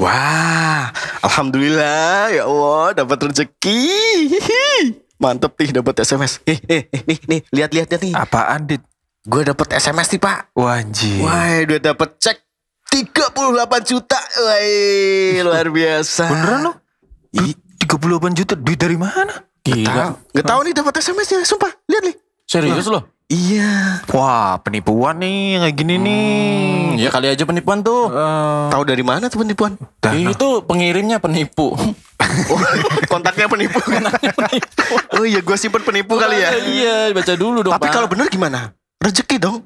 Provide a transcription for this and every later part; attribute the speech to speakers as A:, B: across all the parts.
A: Wah, alhamdulillah ya Allah dapat rezeki. Hihi. Mantep nih dapat SMS. Eh, eh, eh, nih, nih, lihat lihat lihat nih.
B: Apaan dit?
A: Gue dapat SMS nih, Pak.
B: Wanji.
A: Wah, udah dapat cek 38 juta. Wah, luar biasa.
B: Beneran lu? Duit 38 juta duit dari mana?
A: Tahu.
C: Gila.
A: Nggak tahu nih dapat SMS-nya, sumpah. Lihat nih.
C: Serius loh?
A: Iya.
B: Wah, penipuan nih yang kayak gini nih.
C: Hmm, ya kali aja penipuan tuh.
B: Eh,
A: Tahu dari mana tuh penipuan?
B: dah, nah.
C: Itu pengirimnya penipu.
A: Oh, kontaknya penipu. oh iya, gue simpen penipu kali ya.
C: Iya, baca dulu dong.
A: Tapi
C: Pak.
A: kalau bener gimana? Rezeki dong.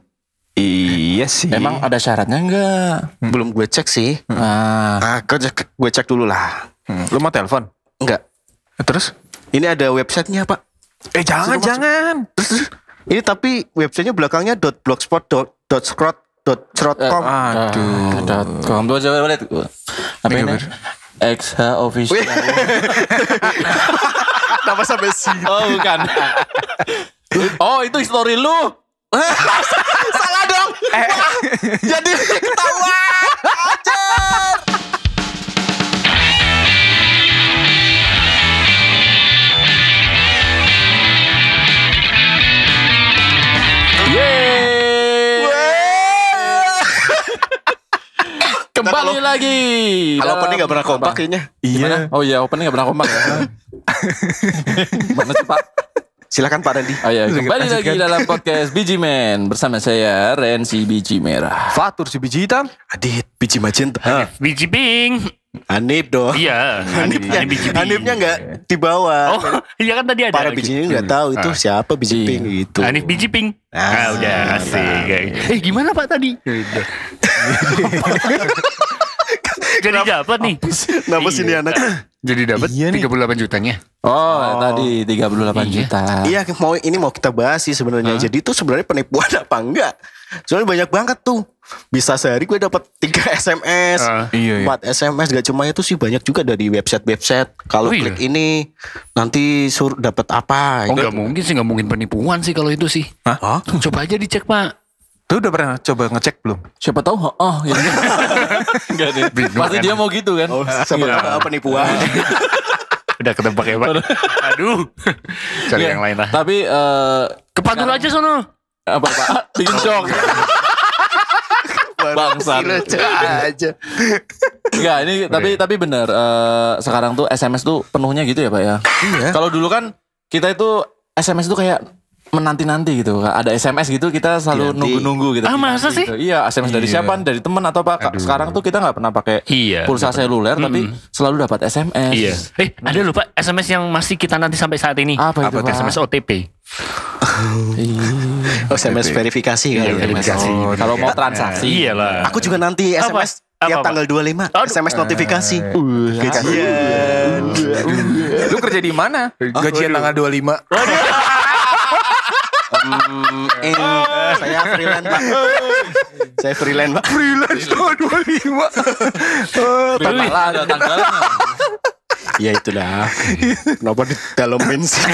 B: Iya sih.
C: emang ada syaratnya enggak?
A: Belum gue cek sih.
C: Nah,
A: Hmm. Ah, gue cek, gue cek dulu lah.
B: Hmm, lu mau telepon?
A: Enggak.
B: Eh, Terus?
A: Ini ada websitenya pak.
B: Eh jangan jangan.
A: Ini tapi websitenya belakangnya .blogspot dot scrot dot com.
B: Ah, Aduh.
C: .com tuh Ah, coba lihat. Apa
B: Ini
C: ini?
B: ber-
C: XH official.
A: Kenapa sampai sini?
C: Oh, bukan. oh, itu story lu. Eh.
A: Salah dong. Jadi ketawa.
C: Yeay. Kembali lagi.
A: Kalau
C: dalam-
A: opening gak pernah kompak kayaknya.
C: Gimana?
B: Iya.
C: Oh iya, opening gak pernah kompak. ya? Mana sih, Pak?
A: Silakan Pak Randy.
C: Oh iya, kembali
B: lanjutkan.
C: lagi dalam podcast Biji Man bersama saya Rensi Biji Merah.
B: Fatur si biji hitam.
A: Adit, biji macinta.
D: Biji Bing.
A: Anip dong.
D: Iya.
A: Anipnya,
D: Ini biji Bing.
A: Anipnya nggak di bawah.
D: Oh, iya kan tadi ada.
A: Para
D: lagi.
A: bijinya nggak tahu itu siapa biji
C: Iya.
A: pink gitu.
D: Anif biji pink. Ah, udah asik. Eh, gimana Pak tadi? Jadi dapat nih.
A: Kenapa sih ini
D: Iya.
A: anak?
D: Jadi dapat 38 jutanya.
C: Oh, tadi 38 juta.
A: Iya, mau ini mau kita bahas sih sebenarnya. Jadi itu sebenarnya penipuan apa enggak? Soalnya banyak banget tuh. Bisa sehari gue dapat 3 SMS,
D: Ah.
B: Iya, iya.
A: 4 SMS gak cuma itu sih banyak juga dari website-website. Kalau
D: Oh, iya.
A: klik ini nanti sur dapat apa? gitu.
D: Oh, nggak mungkin sih, nggak mungkin penipuan sih kalau itu sih.
A: Hah?
D: Coba aja dicek Pak.
B: Lu udah pernah coba ngecek belum?
C: Siapa tahu oh, oh gitu. Enggak deh. Pasti dia mau gitu kan.
A: Oh,
D: Iya.
A: sebenarnya penipuan.
D: Udah ketebak ya Pak. Aduh. Cari yang lain lah.
C: Tapi eh
D: Iya. Ke pagar aja sono.
C: apa Pak? Bikin shock. Bangsat.
A: Kira-kira aja.
C: Enggak, ini tapi tapi benar eh, sekarang tuh SMS tuh penuhnya gitu ya, Pak ya.
A: Iya.
C: Kalau dulu kan kita itu SMS tuh kayak menanti-nanti gitu. Kak. Ada SMS gitu kita selalu
A: Nanti.
C: nunggu-nunggu gitu.
D: Ah, masa
C: Nanti
D: sih?
C: gitu. Iya, SMS dari siapa? Dari teman atau apa? Kak, Sekarang tuh kita nggak pernah pakai
D: Iya,
C: pulsa seluler tapi selalu dapat SMS.
D: Iya. Eh, ada loh Pak SMS yang masih kita nanti sampai saat ini.
C: Apa itu, Pak? Iya.
D: SMS OTP.
A: SMS verifikasi kali
D: Iya,
A: ya, Mas.
D: verifikasi.
A: Oh.
C: Kalau mau transaksi.
D: Iya lah.
A: Aku juga nanti
D: Apa?
A: SMS tiap
D: Apa, Pak?
A: ya tanggal 25
D: Aduh. Eh.
A: SMS notifikasi. Uh, Gajian.
B: Lu kerja di mana? Gajian tanggal 25.
A: Eh, saya freelance, Pak. saya freelance, Pak.
B: Freelance tanggal 25. Eh,
C: Tanggal ada tanggalnya.
A: Ya itulah. Iya. Kenapa di dalam sih?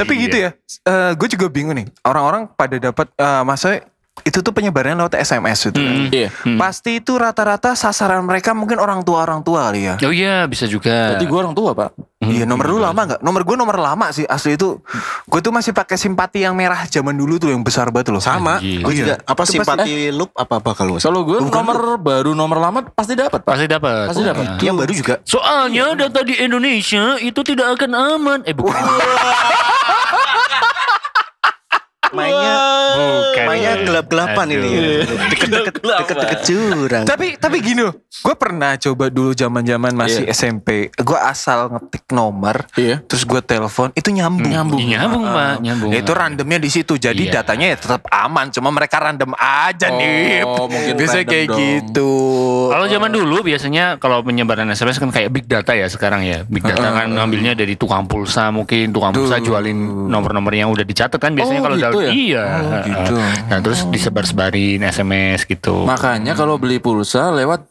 B: Tapi
D: Iya.
B: gitu ya. Eh gue juga bingung nih. Orang-orang pada dapat eh masa itu tuh penyebarannya lewat SMS itu. kan.
C: Iya.
D: Hmm.
B: Pasti itu rata-rata sasaran mereka mungkin orang tua orang tua kali ya.
D: Oh iya, bisa juga.
C: Berarti gue orang tua, Pak.
D: Hmm.
B: Iya nomor lu lama nggak? Nomor gue nomor lama sih asli itu. Gue tuh masih pakai simpati yang merah zaman dulu tuh yang besar banget loh.
A: Sama.
D: Iya.
A: Gue juga apa
B: Itu
A: simpati loop apa apa kalau nggak salah.
C: Kalau gue nomor baru, nomor lama pasti dapat, Pak.
D: Pasti dapat. Ah. Iya.
C: Pasti dapat.
A: Yang baru juga.
D: Soalnya data di Indonesia itu tidak akan aman. Eh bukan.
A: Mainnya
D: bukan.
A: mainnya gelap-gelapan
D: Aduh.
A: ini. Deket-deket deket-deket curang.
B: Iya. Tapi tapi gini loh, gue pernah coba dulu zaman-zaman masih SMP. Gue asal ngetik nomor,
C: Iya.
B: terus gue telepon, itu nyambung.
D: Nyambung. Iya, nyambung,
B: Ah,
D: Pak.
B: ah.
D: Nyambung.
B: Ya, itu randomnya di situ. Jadi
D: Iya.
B: datanya ya tetap aman, cuma mereka random aja
C: Oh,
B: nih.
C: mungkin
B: Biasanya
C: random
B: kayak
C: dong.
B: gitu.
D: Kalau zaman dulu biasanya kalau penyebaran SMS kan kayak big data ya sekarang ya. Big data kan ngambilnya dari tukang pulsa mungkin tukang pulsa jualin nomor-nomor yang udah dicatat kan biasanya
C: Oh,
D: kalau
C: gitu
D: dalam-
C: ya?
D: iya.
B: Oh, gitu.
D: Nah, terus disebar-sebarin SMS gitu.
C: Makanya kalau beli pulsa lewat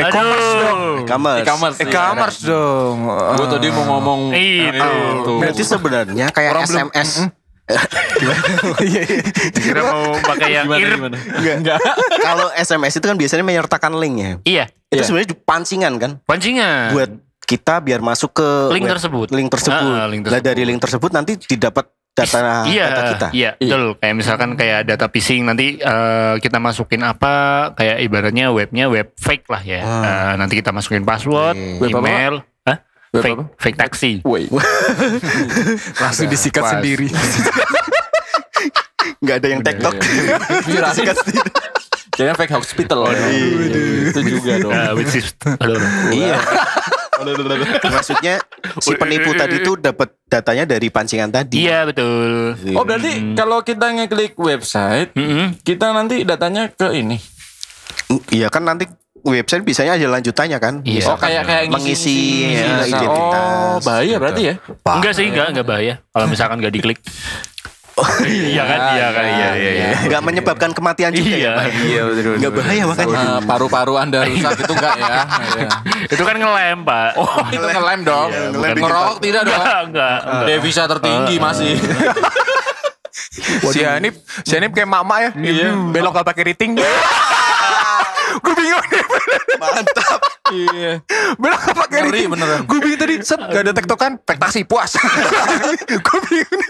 D: Aduh.
A: Kamar.
B: Eh, commerce
C: ya,
B: dong.
C: Gue tadi mau ngomong
D: Itu.
C: itu.
A: Ah. Berarti sebenarnya kayak
B: Orang belum-
A: SMS.
D: Kira mau pakai yang
C: Gimana,
D: irp.
C: gimana?
A: Enggak. Kalau SMS itu kan biasanya menyertakan link ya.
D: Iya,
A: Itu
C: Iya.
A: sebenarnya pancingan kan
D: pancingan.
A: buat kita biar masuk ke
D: Link
A: web-
D: tersebut.
A: Link tersebut.
D: Ah, ah, link
A: Lah, dari
D: tersebut.
A: link tersebut nanti didapat data
D: iya,
A: data kita.
D: Iya,
C: Iya.
D: betul. Kayak misalkan kayak data phishing nanti eh, kita masukin apa, kayak ibaratnya webnya web fake lah ya. Eh, nanti kita masukin password,
C: Web apa,
D: email, Hah?
C: Web
D: fake,
C: apa?
D: fake taksi.
C: Woi.
B: langsung disikat
C: Pas.
B: sendiri
A: Enggak ada
D: Iya,
A: yang TikTok.
C: Jurassic.
A: Iya.
C: Jangan fake hospital. Itu juga dong.
A: Ah,
D: Eh, which is, aduh,
A: Iya. Maksudnya si penipu tadi tuh dapat datanya dari pancingan tadi.
D: eh, iya betul.
C: Oh berarti kalau kita ngeklik website,
A: Mm-hmm.
D: Mm-mm.
C: kita nanti datanya ke ini.
A: Iya kan nanti website bisanya ada lanjutannya kan.
D: Iya.
C: Oh kayak kayak
A: Mengisi,
C: ngisi-
A: ya,
C: ngisi-
A: identitas,
C: Oh bahaya berarti ya.
D: Enggak sih, enggak, enggak bahaya. Kalau misalkan enggak diklik. iya kan, iya kan, iya, iya, iya.
A: Enggak menyebabkan kematian juga
D: Iya.
A: ya. Pak?
B: iya betul
A: Enggak bahaya makanya.
C: Eh, paru-paru anda rusak itu enggak ya? Iya.
D: Itu kan ngelem, Pak.
C: Oh itu ngelem dong.
D: Iya,
A: ngelem Ah. bikin
C: Ngerokok tidak dong.
D: enggak, enggak.
C: Devisa tertinggi masih.
B: si Hanif si Hanif kayak mak-mak ya belok gak pakai riting gue bingung
A: Mantap.
C: Iya.
B: belok gak pakai
C: Ngeri
B: riting
C: beneran.
B: gue bingung tadi set gak ada tektokan pektasi puas gue bingung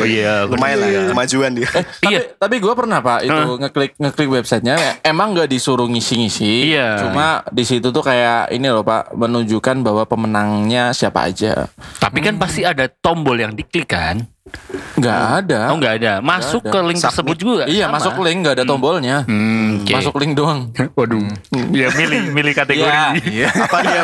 D: Oh iya,
A: Lumayan lah
D: bener.
A: kemajuan dia.
C: Tapi,
D: Iya.
C: tapi gue pernah pak itu
D: Heeh.
C: ngeklik ngeklik websitenya ya, emang nggak disuruh ngisi-ngisi.
D: Iya.
C: Cuma di situ tuh kayak ini loh pak menunjukkan bahwa pemenangnya siapa aja.
D: Tapi kan pasti
C: Hmm.
D: ada tombol yang diklik kan?
C: Ah, Nggak ada.
D: Oh enggak ada. Masuk
C: ada.
D: ke link tersebut juga.
C: Iya
D: Sama.
C: masuk link nggak ada tombolnya.
D: Hmm, oke.
C: Masuk link doang.
D: Waduh. Ya milih milih kategori.
C: Iya.
A: Apa dia?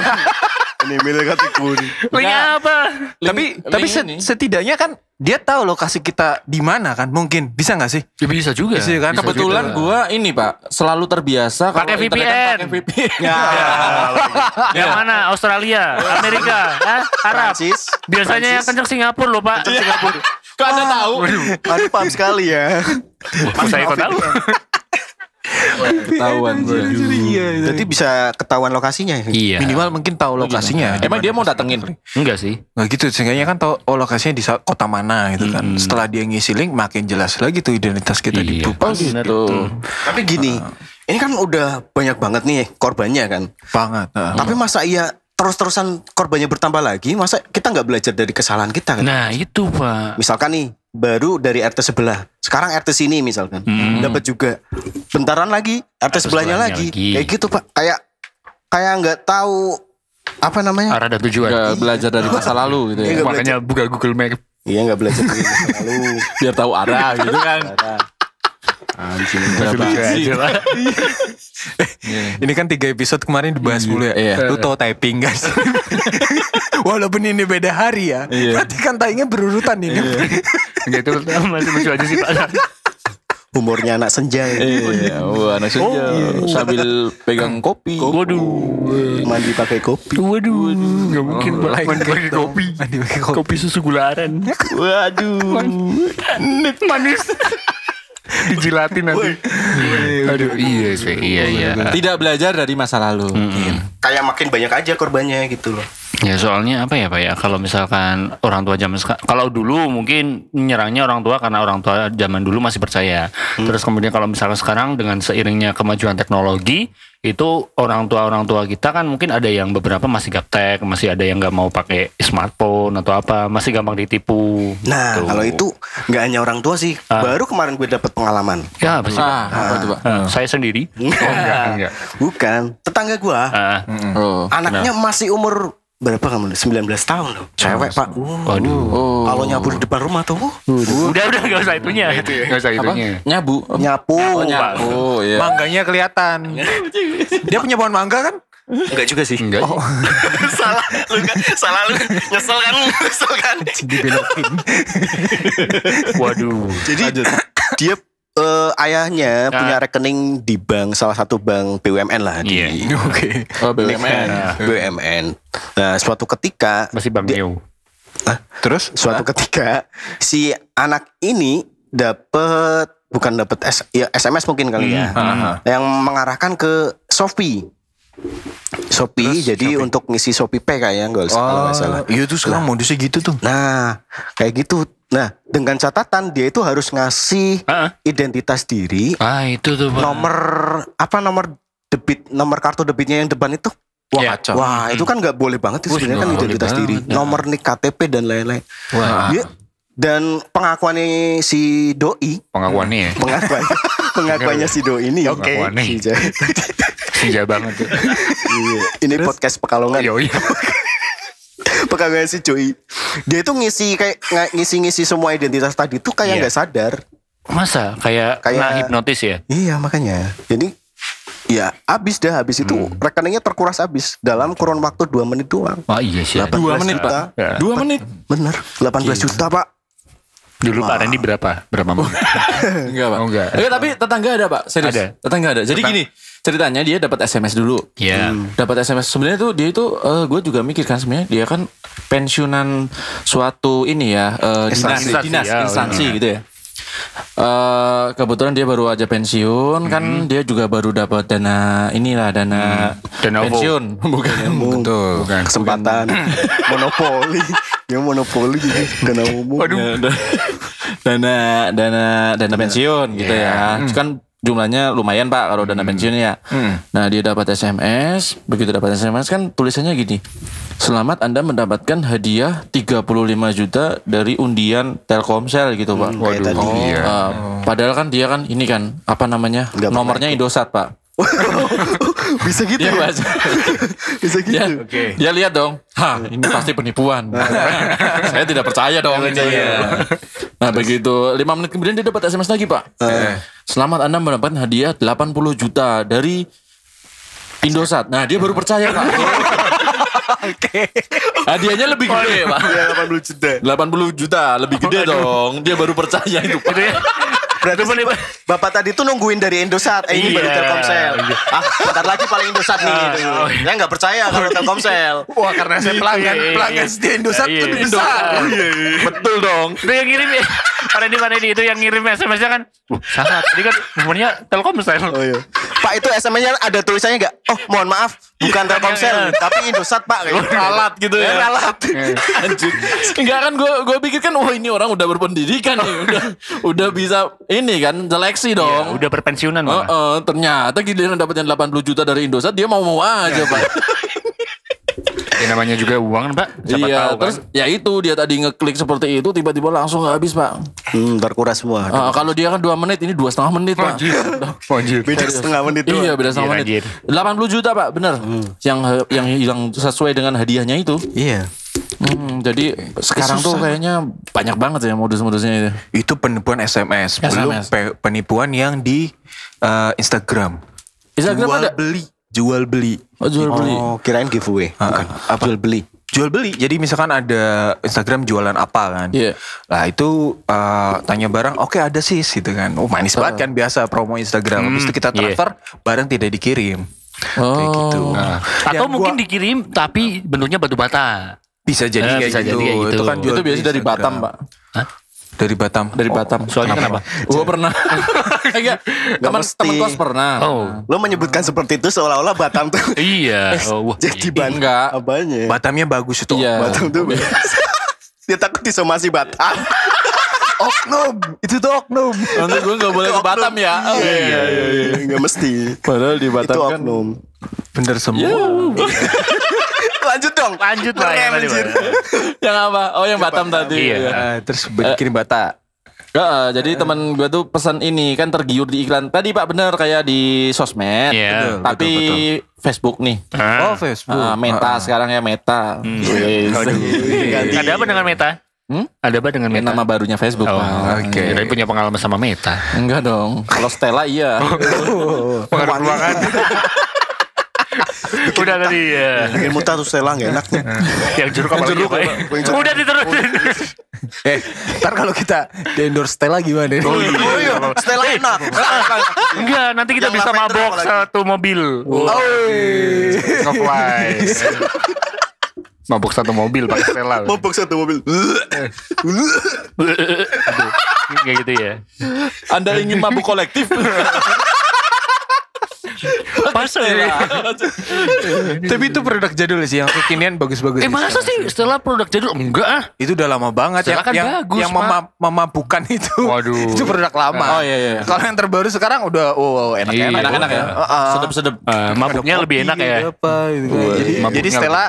A: Ini milik kategori.
D: Link
C: Enggak.
D: apa?
C: Link-
B: tapi tapi
C: link
B: se-
C: ini.
B: setidaknya kan dia tahu lokasi kita di mana kan mungkin bisa nggak sih
D: Ya, bisa juga.
B: Bisa kan? Bisa
C: kebetulan gue ini pak selalu terbiasa kalau
D: gitu. Pakai
C: internet kan
D: VPN.
C: pakai VPN.
A: Nah,
D: Iya. Yang
C: Iya.
D: mana? Australia, Amerika, Hah? Arab.
A: Prancis.
D: Biasanya kan yang kenceng Singapura loh, Pak.
C: Iya.
D: Singapura.
C: Kok
D: Ah.
C: anda tahu?
A: Aduh paham sekali ya.
D: Saya kok tahu.
C: Ketahuan gua. Oh,
A: Berarti bisa ketahuan lokasinya ya.
D: Iya.
B: Iya, minimal mungkin tahu lokasinya
C: Emang dia mau datengin?
D: Enggak sih.
B: Nah gitu, seenggaknya kan tahu oh lokasinya di sa- kota mana gitu kan. Setelah dia ngisi link makin jelas lagi tuh identitas kita
D: Iya.
B: dibuka.
C: Oh gitu.
A: Tapi gini, ini kan udah banyak banget nih korbannya kan.
B: Banget. Nah.
A: Tapi masa iya terus-terusan korbannya bertambah lagi, masa kita nggak belajar dari kesalahan kita kan?
D: Nah, itu, Pak.
A: Misalkan nih, baru dari RT sebelah, sekarang RT sini misalkan, dapat juga. Bentaran lagi RT, sebelahnya,
D: Hmm. sebelahnya
A: lagi.
D: lagi.
A: kayak gitu pak. Kayak kayak nggak tahu apa namanya?
D: Arah dan tujuan.
C: Nggak belajar dari masa lalu gitu ya.
A: Iya, nggak
D: Makanya buka Google Map.
A: Iya nggak belajar dari masa lalu.
C: Biar tahu arah gitu kan.
A: Anjing.
C: Berapa sih?
B: Ini kan tiga episode kemarin dibahas dulu ya.
C: Iya.
B: Lu tahu typing guys. Walaupun ini beda hari ya.
C: Iya.
B: Berarti kan typingnya berurutan ini.
D: Enggak itu Gitu. masih lucu aja sih, Pak.
A: Humornya anak senja. ya.
C: Iya, wah anak senja sambil pegang iya. kopi.
D: Waduh.
A: Mandi pakai kopi.
D: Waduh, nggak mungkin Pak. Mandi pakai kopi.
B: Mandi pakai kopi.
D: Kopi susu gularan.
A: Waduh.
D: Nek manis. Dijilatin nanti. Aduh, iya sih. Iya, iya.
C: Tidak belajar dari masa lalu.
D: Hmm.
A: Kayak makin banyak aja korbannya gitu loh.
D: Ya soalnya apa ya Pak ya kalau misalkan orang tua zaman sekarang kalau dulu mungkin nyerangnya orang tua karena orang tua zaman dulu masih percaya.
A: Hmm.
D: Terus kemudian kalau misalkan sekarang dengan seiringnya kemajuan teknologi itu orang tua orang tua kita kan mungkin ada yang beberapa masih gaptek, masih ada yang nggak mau pakai smartphone atau apa, masih gampang ditipu.
A: Nah,
D: gitu.
A: kalau itu nggak hanya orang tua sih.
D: Ah.
A: Baru kemarin gue dapet pengalaman.
D: ya pasti. Pak.
C: Ah, apa tuh, Pak?
D: Eh, saya sendiri. enggak.
A: Bukan, tetangga gua.
D: Ah,
C: Oh.
A: anaknya masih umur berapa kamu? 19 tahun loh. Cewek, Pak. Uh,
D: waduh.
C: Oh.
A: Kalau nyapu di depan rumah tuh, uh,
D: Udah udah nggak usah itunya. Nggak usah
C: Apa?
D: itunya.
C: Nyabu.
A: nyapu.
C: Oh, nyabu. iya.
B: Mangganya kelihatan. dia punya pohon mangga kan?
A: Enggak juga sih.
D: Enggak.
A: salah lu kan, salah lu. Nyesel kan, nyesel kan.
D: Waduh.
A: Jadi dia eh, ayahnya
D: Ah.
A: punya rekening di bank salah satu bank BUMN lah di
D: Iya.
B: Oke.
C: Oh, BUMN.
D: Ah.
A: BUMN. Nah, suatu ketika
D: Masih Bang Neo.
B: Terus
A: suatu ketika si anak ini dapat bukan dapat S- ya, SMS mungkin
D: Iya.
A: kali ya
D: Hmm,
A: yang mengarahkan ke Shopee Shopee jadi
C: Oh,
B: Oh,
A: untuk ngisi Shopee Pay kayaknya nggak usah- kalau nggak salah
B: Iya tuh sekarang modusnya gitu tuh.
A: nah kayak gitu Nah, dengan catatan dia itu harus ngasih
D: Ah, ah.
A: identitas diri,
D: Ah, itu tuh Pak.
A: nomor apa nomor debit, nomor kartu debitnya yang depan itu.
B: Wah
D: Ya.
B: kacau.
A: Wah, itu kan nggak boleh banget itu
D: Wih,
A: sebenarnya kan
D: nggak boleh
A: identitas
D: banget,
A: diri,
D: ya.
A: nomor nik KTP dan lain-lain.
D: Wah,
A: Dia- dan pengakuannya si doi,
D: pengakuannya ya.
A: pengakuannya, pengakuannya si doi ini. ya.
D: Oke. Pengakuannya.
A: Si Ja-
D: Senja banget tuh.
A: Iya. ini podcast pekalongan.
D: Yo, iya.
A: pegangan si Joy. Dia itu ngisi kayak nga- ngisi-ngisi semua identitas tadi tuh kayak
D: Iya.
A: nggak sadar.
D: Masa
A: Kayak-
D: kayak kena hipnotis ya?
A: Iya makanya. Jadi ya habis dah habis itu rekeningnya terkuras habis dalam kurun waktu 2 menit doang.
D: Wah iya sih.
A: 18
C: Dua menit,
A: juta.
C: Pak. Dua menit.
A: Bener, 18 juta pak.
D: Dulu Pak Randy berapa? Berapa menit?
C: Enggak, Pak.
D: Oh, enggak.
C: Eh, tapi tetangga ada, Pak. Serius.
D: Ada.
C: Tetangga ada. Jadi gini, ceritanya dia dapat SMS dulu.
D: Iya.
C: Hmm. Dapat SMS. Sebenarnya tuh dia itu eh, gue juga mikir kan sebenarnya dia kan pensiunan suatu ini ya, eh, dinas,
A: Instansi.
C: dinas,
D: Ya,
C: instansi
D: benar.
C: gitu ya. Eh kebetulan dia baru aja pensiun kan
D: Hmm.
C: dia juga baru dapat dana inilah dana
D: Dana apa?
C: pensiun Iya, Hmm, bukan
A: Betul. Hmm. Kesempatan monopoli. Dia monopoli gitu dana umum.
C: dana Eh, dana dana dana pensiun
A: Iya.
C: gitu
A: Hmm.
C: ya kan jumlahnya lumayan pak kalau dana pensiun ya
A: Hmm.
C: nah dia dapat sms begitu dapat sms kan tulisannya gini selamat anda mendapatkan hadiah 35 juta dari undian telkomsel gitu pak
A: kayak tadi.
C: Oh,
A: Iya.
C: eh, padahal kan dia kan ini kan apa namanya
A: Nggak pernah
C: nomornya indosat pak Iya,
A: Bisa gitu.
C: dia
A: ya?
C: baca
A: Bisa gitu.
C: dia, dia lihat dong Hah ini pasti penipuan saya tidak percaya dong ini. nah begitu lima menit kemudian dia dapat sms lagi pak selamat anda mendapatkan hadiah 80 juta dari Indosat nah dia baru percaya pak hadiahnya lebih gede pak
A: Iya, 80 juta.
C: 80 juta lebih gede dong dia baru percaya itu
D: Gitu
C: pak
D: ya?
A: Berarti Bapak tadi tuh nungguin dari Indosat, eh, ini baru
D: Iya.
A: Telkomsel. Ah, bentar lagi paling Indosat nih. gitu. Saya nggak percaya kalau Telkomsel.
B: Wah karena saya pelanggan
D: Iya, iya,
B: pelanggan
D: iya.
B: setia Indosat
D: Iya,
B: lebih
D: iya.
B: besar.
D: Betul dong. Itu yang ngirim ya. Pak Randy, Pak Randy itu yang ngirim SMS-nya kan. Wah, salah. Tadi kan nomornya Telkomsel.
A: Oh iya. Pak itu SMS-nya ada tulisannya nggak? Oh mohon maaf, bukan Telkomsel, tapi Indosat Pak.
C: Ralat gitu
A: Eh,
C: ya.
A: Ralat.
C: Anjir. Enggak kan gue gue pikir kan wah ini orang udah berpendidikan nih, udah udah bisa ini kan seleksi
D: Ya,
C: dong.
D: udah berpensiunan
C: Heeh,
D: malah.
C: ternyata giliran dapatnya 80 juta dari Indosat dia mau-mau aja, Pak.
D: Ya, namanya juga uang, Pak. Siapa
C: iya,
D: tahu kan.
C: terus ya itu dia tadi ngeklik seperti itu tiba-tiba langsung habis, Pak.
A: Hmm, terkuras semua.
C: Eh, kalau dia kan 2 menit ini dua setengah menit, Pak.
D: Anjir.
A: Beda setengah menit doang.
C: Iya, beda
D: Iya,
C: setengah
D: anjir. Hmm.
C: menit. 80 juta, Pak, bener Yang yang hilang sesuai dengan hadiahnya itu.
A: Iya.
C: Hmm, jadi sekarang tuh kayaknya banyak banget ya modus-modusnya itu.
B: Itu penipuan SMS, belum
C: SMS.
B: pe- penipuan yang di eh, Instagram.
C: Instagram
B: jual
C: ada
B: beli, jual beli.
C: Oh, jual beli.
A: Oh, kirain giveaway. Bukan. Jual beli.
B: Jual beli. Jadi misalkan ada Instagram jualan apa kan.
C: Iya.
B: Nah itu eh, tanya barang, oke ada sis gitu kan. Oh manis banget kan biasa promo Instagram. Habis itu kita
D: iya.
B: transfer, barang tidak dikirim. Kayak
C: Oh.
B: gitu.
D: Atau
B: Ya,
D: mungkin
B: gua-
D: dikirim tapi bentuknya batu bata.
B: bisa jadi
D: Eh,
B: kayak
D: bisa
B: gitu.
D: jadi kayak gitu.
B: Itu kan jual
C: itu biasa
B: beli
C: dari Batam,
B: Instagram.
C: Pak.
B: Dari Batam.
C: Dari Batam.
D: Soalnya kenapa?
C: Gua pernah. Enggak. Teman
A: mesti.
C: teman kos pernah.
D: Oh.
A: Lo menyebutkan seperti itu seolah-olah Batam tuh
D: Iya. Oh, wah.
A: jadi ban.
C: Enggak.
A: Apanya? ya?
B: Batamnya bagus itu.
C: Iya.
A: Batam tuh. Dia takut disomasi Batam.
B: Oknum, itu tuh oknum.
C: Nanti gue gak boleh ke Batam ya. Oh,
A: Iya, iya, iya. Nggak mesti.
C: Padahal di Batam
A: Itu
C: kan.
A: oknum.
B: Bener
C: Ya.
B: semua.
A: Lanjut dong.
D: Lanjut lah yang tadi, Pak.
C: Yang apa? Oh yang Batam tadi.
D: Iya.
C: Iya.
B: Eh, terus bikin bata.
C: Heeh, jadi teman gue tuh pesan ini kan tergiur di iklan. Tadi Pak bener kayak di sosmed.
B: Betul,
D: Iya.
C: Tapi
B: betul,
C: Facebook nih.
D: Ah.
B: Oh Facebook.
C: Ah, meta sekarang ya Meta. Yes.
B: gitu. iya,
A: Ganti.
D: Ada apa dengan Meta?
C: Hmm?
D: Ada apa iya. dengan Meta?
C: Nama barunya Facebook.
D: Oh,
C: Pak.
D: oke. Kirain punya pengalaman sama Meta.
C: Enggak dong. Kalau Stella iya.
D: Pengaruh ruangan. Udah tadi ya.
A: Bikin muntah tuh Stella nggak enak nih.
D: Yang jeruk apa lagi, Pak? Udah diterusin.
B: Eh, ntar kalau kita di endorse Stella gimana?
A: Oh iya, Stella enak.
D: Enggak, nanti kita
A: Yang
D: bisa
A: lavender
D: mabok
A: apa lagi?
D: satu mobil.
A: Oh,
D: Of wise. Mabok satu mobil pakai Stella.
A: mabuk satu mobil.
D: Kayak gitu ya.
C: Anda ingin mabuk kolektif?
D: Masa ya?
B: Tapi itu produk jadul sih yang kekinian bagus-bagus.
D: Eh
B: sih.
D: masa sih setelah produk jadul? Enggak ah.
B: Itu udah lama banget yang
D: Setelah kan
B: yang,
D: bagus,
B: yang mema- memabukkan itu.
D: Waduh.
B: itu produk lama.
C: Oh, iya, iya.
B: Kalau yang terbaru sekarang udah oh, wow, wow
D: Iya,
B: enak-enak.
C: Enak-enak ya.
B: Heeh.
C: Sedep-sedep.
D: Eh, mabuknya
B: Ada
D: lebih
B: kopi,
D: enak ya.
B: ada Apa, gitu kan. jadi,
D: mabuknya
B: jadi Stella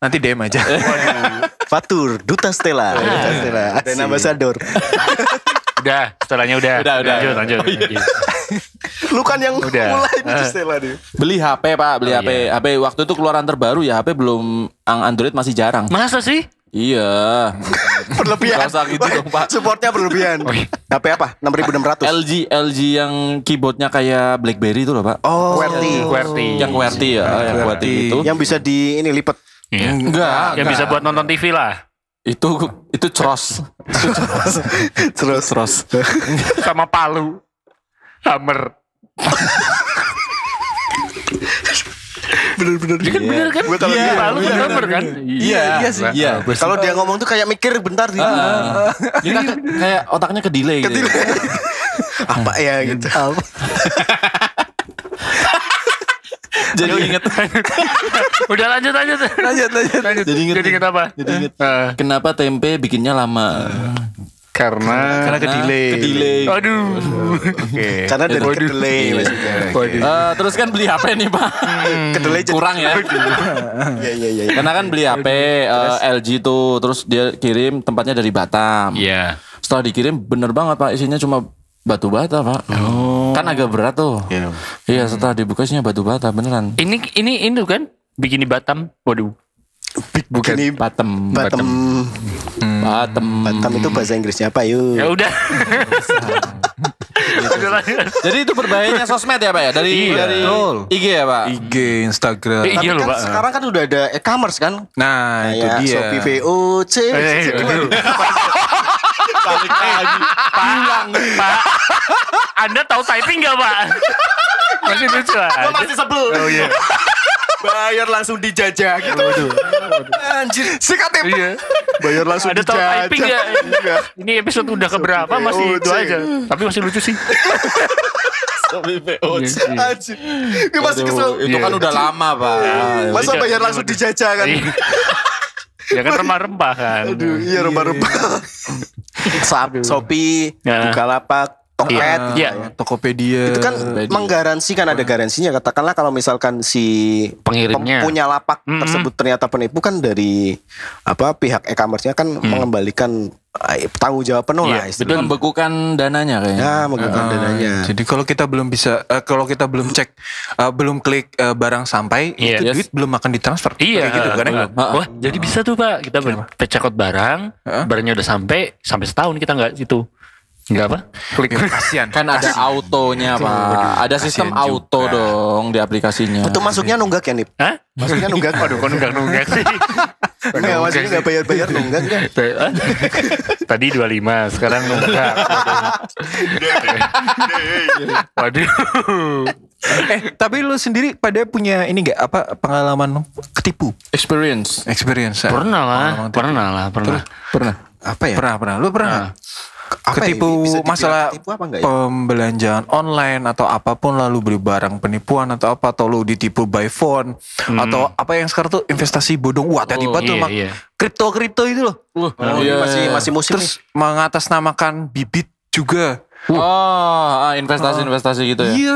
B: nanti DM aja.
A: Fatur, Duta
C: Ah,
A: Stella, Duta Stella, dan ambassador.
D: Udah, setelahnya udah.
C: Udah, udah.
D: Lanjut, lanjut.
A: Lu kan yang mulai
C: Ah.
A: Duta Stella nih.
C: Beli HP Pak, beli HP. HP waktu itu keluaran terbaru ya, HP belum ang Android masih jarang.
D: Masa sih?
C: Iya.
A: Berlebihan.
C: Gak usah gitu dong, Pak. Oh, iya.
A: Supportnya berlebihan. HP apa? 6600.
C: LG LG yang keyboardnya kayak BlackBerry itu loh Pak.
A: Oh,
D: QWERTY.
C: Yang QWERTY ya, yang QWERTY itu.
A: Yang bisa di ini lipat.
D: Iya.
C: enggak,
D: Yang bisa buat nonton TV lah.
C: itu itu cross.
A: Terus
C: cross.
D: Sama palu. Hammer.
A: bener-bener.
D: Dia kan bener kan?
A: Gua kalau
D: Iya,
A: dia-
D: palu kan hammer kan?
C: Iya, iya sih. Iya.
A: Kalau dia ngomong tuh kayak mikir bentar gitu.
C: Ah, dia kan kayak- kayak otaknya ke delay gitu.
A: Ketil. apa ya
C: Hmm.
A: gitu.
C: Jadi inget
D: Udah lanjut, lanjut.
B: lanjut, lanjut.
C: Jadi inget.
D: Jadi inget apa?
C: Jadi inget.
D: Eh,
C: Kenapa tempe bikinnya lama?
D: karena... Oh,
B: Karena ke delay.
C: Ke delay.
D: Aduh.
A: Karena dari kedelai
C: Iya,
A: maksudnya.
C: Eh, terus kan beli HP nih Pak.
A: Hmm. Kedelai jadi-
C: Kurang ya.
A: Iya iya iya.
C: Karena kan beli HP eh, LG tuh, terus dia kirim tempatnya dari Batam.
D: Iya.
C: Setelah dikirim bener banget Pak, isinya cuma batu bata Pak. Kan agak berat tuh. Iya, setelah dibuka isinya batu bata beneran.
D: Ini ini ini kan bikin di Batam. Waduh.
A: Bukan ini
C: Batem,
A: Batam.
C: Batem.
A: Batam itu
C: Hmm.
A: bahasa Inggrisnya apa yuk?
C: Iya,
D: Ya udah. Udah lanjut.
C: Jadi itu berbahayanya sosmed ya Pak ya dari
D: Iya.
C: dari
B: Betul. Iya.
C: IG ya Pak.
B: IG, Instagram.
D: Eh,
A: Tapi
D: iya loh,
A: kan
D: Pak.
A: sekarang kan udah ada e-commerce kan?
B: Nah, itu
A: Kayak
B: dia.
A: Shopee VOC.
C: iya,
D: Eh, aduh.
C: Balik lagi. Bilang.
D: Pak, Anda tahu typing gak, Pak? Masih lucu aja.
A: sebel.
D: Oh iya.
A: Bayar langsung dijajah gitu. Anjir. Sikat ya, Pak.
D: Iya.
A: Bayar langsung
D: Ada tahu typing gak?
A: Iya.
D: Ini episode udah keberapa masih itu aja. Tapi masih lucu sih.
A: Anjir. Gue masih kesel.
C: Itu kan udah lama Pak.
A: Masa bayar langsung dijajah kan?
D: Iya. ya kan rempah-rempah kan.
A: Aduh, iya rempah-rempah. Sap, Shopee,
D: Ya.
A: Bukalapak, Tokped.
D: Iya.
B: Tokopedia.
A: Itu kan menggaransikan ada garansinya. Katakanlah kalau misalkan si pem-
D: Pengirimnya.
A: punya lapak tersebut ternyata penipu kan dari apa pihak e-commerce-nya kan mengembalikan eh, tanggung jawab penuh lah
D: Mm. Iya,
A: istilahnya.
C: Membekukan dananya kayaknya.
A: Ya, menggunakan dananya.
B: Jadi kalau kita belum bisa, eh, kalau kita belum cek, eh, belum klik eh, barang sampai,
D: Iya.
B: itu
D: Yes.
B: duit belum akan ditransfer.
D: Iya,
B: Kayak gitu kan? ya?
D: Wah, Wah, jadi bisa tuh Pak. Kita ber- pecakot barang, barangnya udah sampai, sampai setahun kita nggak itu. Nggak apa? Klik.
B: Ya, Kasian.
C: Kan ada autonya Pak. Ada sistem
B: Kasian
C: auto dong di aplikasinya.
A: Itu masuknya nunggak ya, Nip?
D: Hah?
A: Masuknya nunggak.
D: Aduh, kok nunggak-nunggak sih?
A: Enggak, maksudnya enggak bayar-bayar nunggak kan?
D: eh? Tadi 25, sekarang nunggak. Waduh.
B: eh, tapi lu sendiri pada punya ini gak apa pengalaman ketipu
C: Experience.
B: experience?
D: Pernah lah,
B: Pengalaman ketipu.
D: pernah lah, pernah.
C: Pernah.
A: Apa ya?
B: Pernah, pernah. Lu pernah?
D: Nah.
B: nggak?
A: Apa ya?
B: ketipu
A: Bisa dibilang
B: masalah
A: ketipu apa enggak ya?
B: pembelanjaan online atau apapun lalu beli barang penipuan atau apa atau lu ditipu by phone atau apa yang sekarang tuh investasi bodong wah tiba-tiba
D: Hmm. Oh,
B: tuh
D: iya,
B: mak
D: iya.
B: kripto-kripto itu loh
A: Oh, ini
C: Iya.
A: masih masih musim
B: terus mengatasnamakan bibit juga
C: Oh, ah, investasi-investasi gitu ya.
B: iya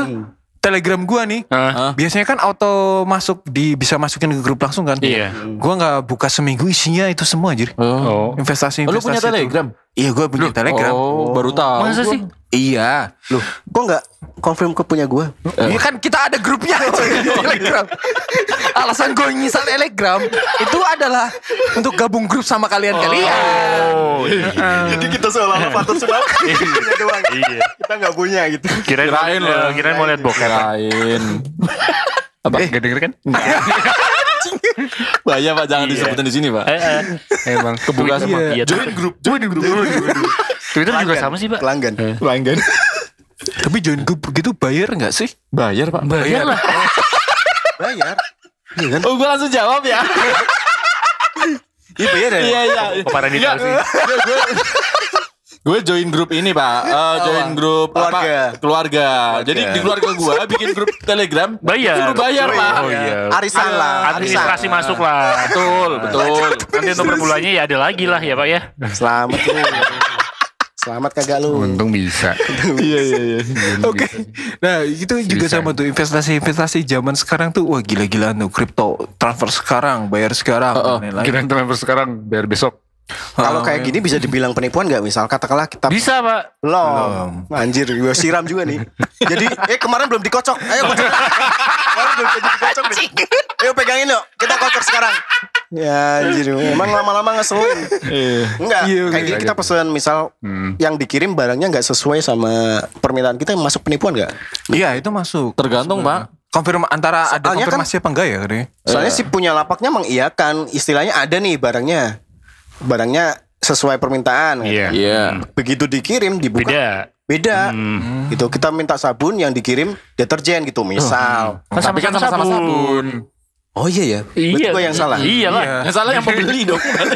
B: Telegram gua nih
D: Hah?
B: biasanya kan auto masuk di bisa masukin ke grup langsung kan
D: Iya.
B: gua nggak buka seminggu isinya itu semua anjir
C: Oh.
D: Oh.
B: investasi
C: Oh, lu punya
B: investasi itu.
C: Telegram?
B: iya gua punya Telegram
C: Oh, baru tahu.
D: Masa
C: gua.
D: sih?
B: iya
A: nih. Loh, kok enggak confirm ke punya gua?
B: Ya kan kita ada grupnya
C: Iya.
B: di Telegram. Alasan gue nyisal Telegram itu adalah untuk gabung grup sama kalian-kalian.
D: Oh,
A: Jadi kita seolah-olah patut sebab punya doang. Kita nggak punya gitu.
D: kirain,
C: Kirain
D: eh,
C: loh.
D: kirain mau lihat bokep.
C: Iya, Kirain. Apa?
D: Eh, gak denger kan?
C: Bahaya Pak, jangan disebutin di sini Pak.
D: Eh, eh.
B: Emang
D: Kebuka sama iya.
C: Join grup, join grup.
D: Twitter juga sama sih, Pak.
A: Pelanggan.
C: Langgan.
B: Tapi join grup gitu bayar nggak sih?
C: Bayar Pak.
D: Bayar lah.
A: Bayar. Iya kan?
C: Oh, gua langsung jawab ya.
A: Iya bayar ya.
C: Iya, iya.
D: Oh, Kemarin itu sih.
C: Gue Gue join grup ini pak, Eh, join grup apa?
A: Keluarga.
C: keluarga. Jadi di keluarga gue bikin grup telegram,
D: Bayar.
C: itu lu bayar pak.
D: Oh, iya.
A: Arisan lah. Arisan.
D: Administrasi masuk lah.
C: Betul, betul.
D: Nanti untuk perbulannya ya ada lagi lah ya Pak ya.
A: Selamat lu. Selamat kagak lu.
E: Untung bisa.
C: Iya iya iya.
B: Oke. Nah, itu juga sama tuh investasi-investasi zaman sekarang tuh wah gila-gilaan tuh kripto transfer sekarang, bayar sekarang dan lain-lain.
E: Kira transfer sekarang biar besok.
A: Kalau kayak gini bisa dibilang penipuan nggak? Misal katakanlah kita
D: Bisa Pak.
A: belum. Anjir, gue siram juga nih. Jadi, eh kemarin belum dikocok. Ayo kocok. kemarin belum dikocok. nih. Ayo pegangin yuk. Kita kocok sekarang. Ya anjir, emang lama-lama ngeselin. Enggak,
B: Iya,
A: kayak
B: oke.
A: gini kita pesen misal yang dikirim barangnya nggak sesuai sama permintaan kita masuk penipuan nggak?
B: Iya, itu masuk.
C: Tergantung pak.
B: Konfirm antara ada
A: Soalnya kan-
B: konfirmasi apa enggak ya katanya?
A: Soalnya si punya lapaknya mengiyakan istilahnya ada nih barangnya. Barangnya sesuai permintaan.
E: Iya.
C: Iya.
A: Begitu dikirim dibuka beda.
D: Beda.
B: Hmm.
A: Gitu kita minta sabun yang dikirim deterjen gitu
B: Oh,
A: misal.
D: Kan
C: Tapi kan sama-sama sabun.
A: Oh iya ya. Berarti
D: Iya.
A: gue yang salah.
D: Iya lah.
C: Yang salah yang pembeli dong.
B: hmm.
A: Nggak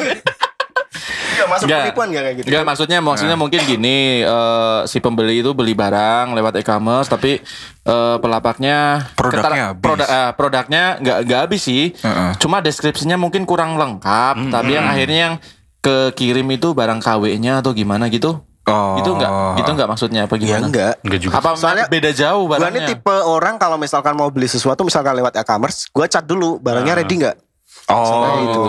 A: Iya, masuk
C: Nggak.
A: penipuan nggak kayak gitu.
C: Enggak maksudnya maksudnya mungkin gini eh, si pembeli itu beli barang lewat e-commerce tapi eh, pelapaknya
B: Produknya
C: ketara-
B: habis.
C: produk- eh, produknya nggak nggak habis sih
B: Heeh.
C: cuma deskripsinya mungkin kurang lengkap tapi yang akhirnya yang kekirim itu barang KW-nya atau gimana gitu
B: Oh.
C: itu Gitu? nggak itu nggak maksudnya apa
A: Ya
C: gimana
A: enggak.
D: Enggak juga.
C: apa
A: Soalnya-
C: beda jauh
A: Gue ini
C: barangnya
A: tipe orang kalau misalkan mau beli sesuatu misalkan lewat e-commerce, gue cat dulu barangnya ready nggak? Setelah
B: Ah. Oh.
A: itu.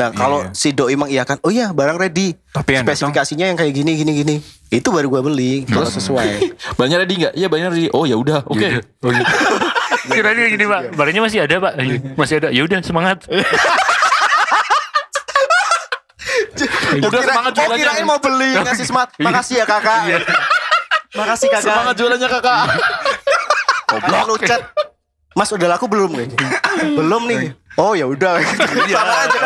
A: Nah kalau
B: iya.
A: si doi mengiyakan, oh ya barang ready.
B: Tapi yang
A: Spesifikasinya yang kayak gini gini gini. Itu baru gue beli kalau
B: Hmm.
A: sesuai.
C: banyak ready nggak iya banyak ready oh ya udah oke
E: Iya,
D: Kira dia gini Pak. Barangnya masih ada Pak. Masih ada. Ya udah semangat.
C: udah semangat
A: oh
C: jualannya
A: kirain mau beli ngasih smart. Makasih ya kakak. Makasih kakak.
C: semangat jualannya kakak
A: Goblok. Lu chat. Mas udah laku belum nih? belum nih. Oh ya udah. Salah aja.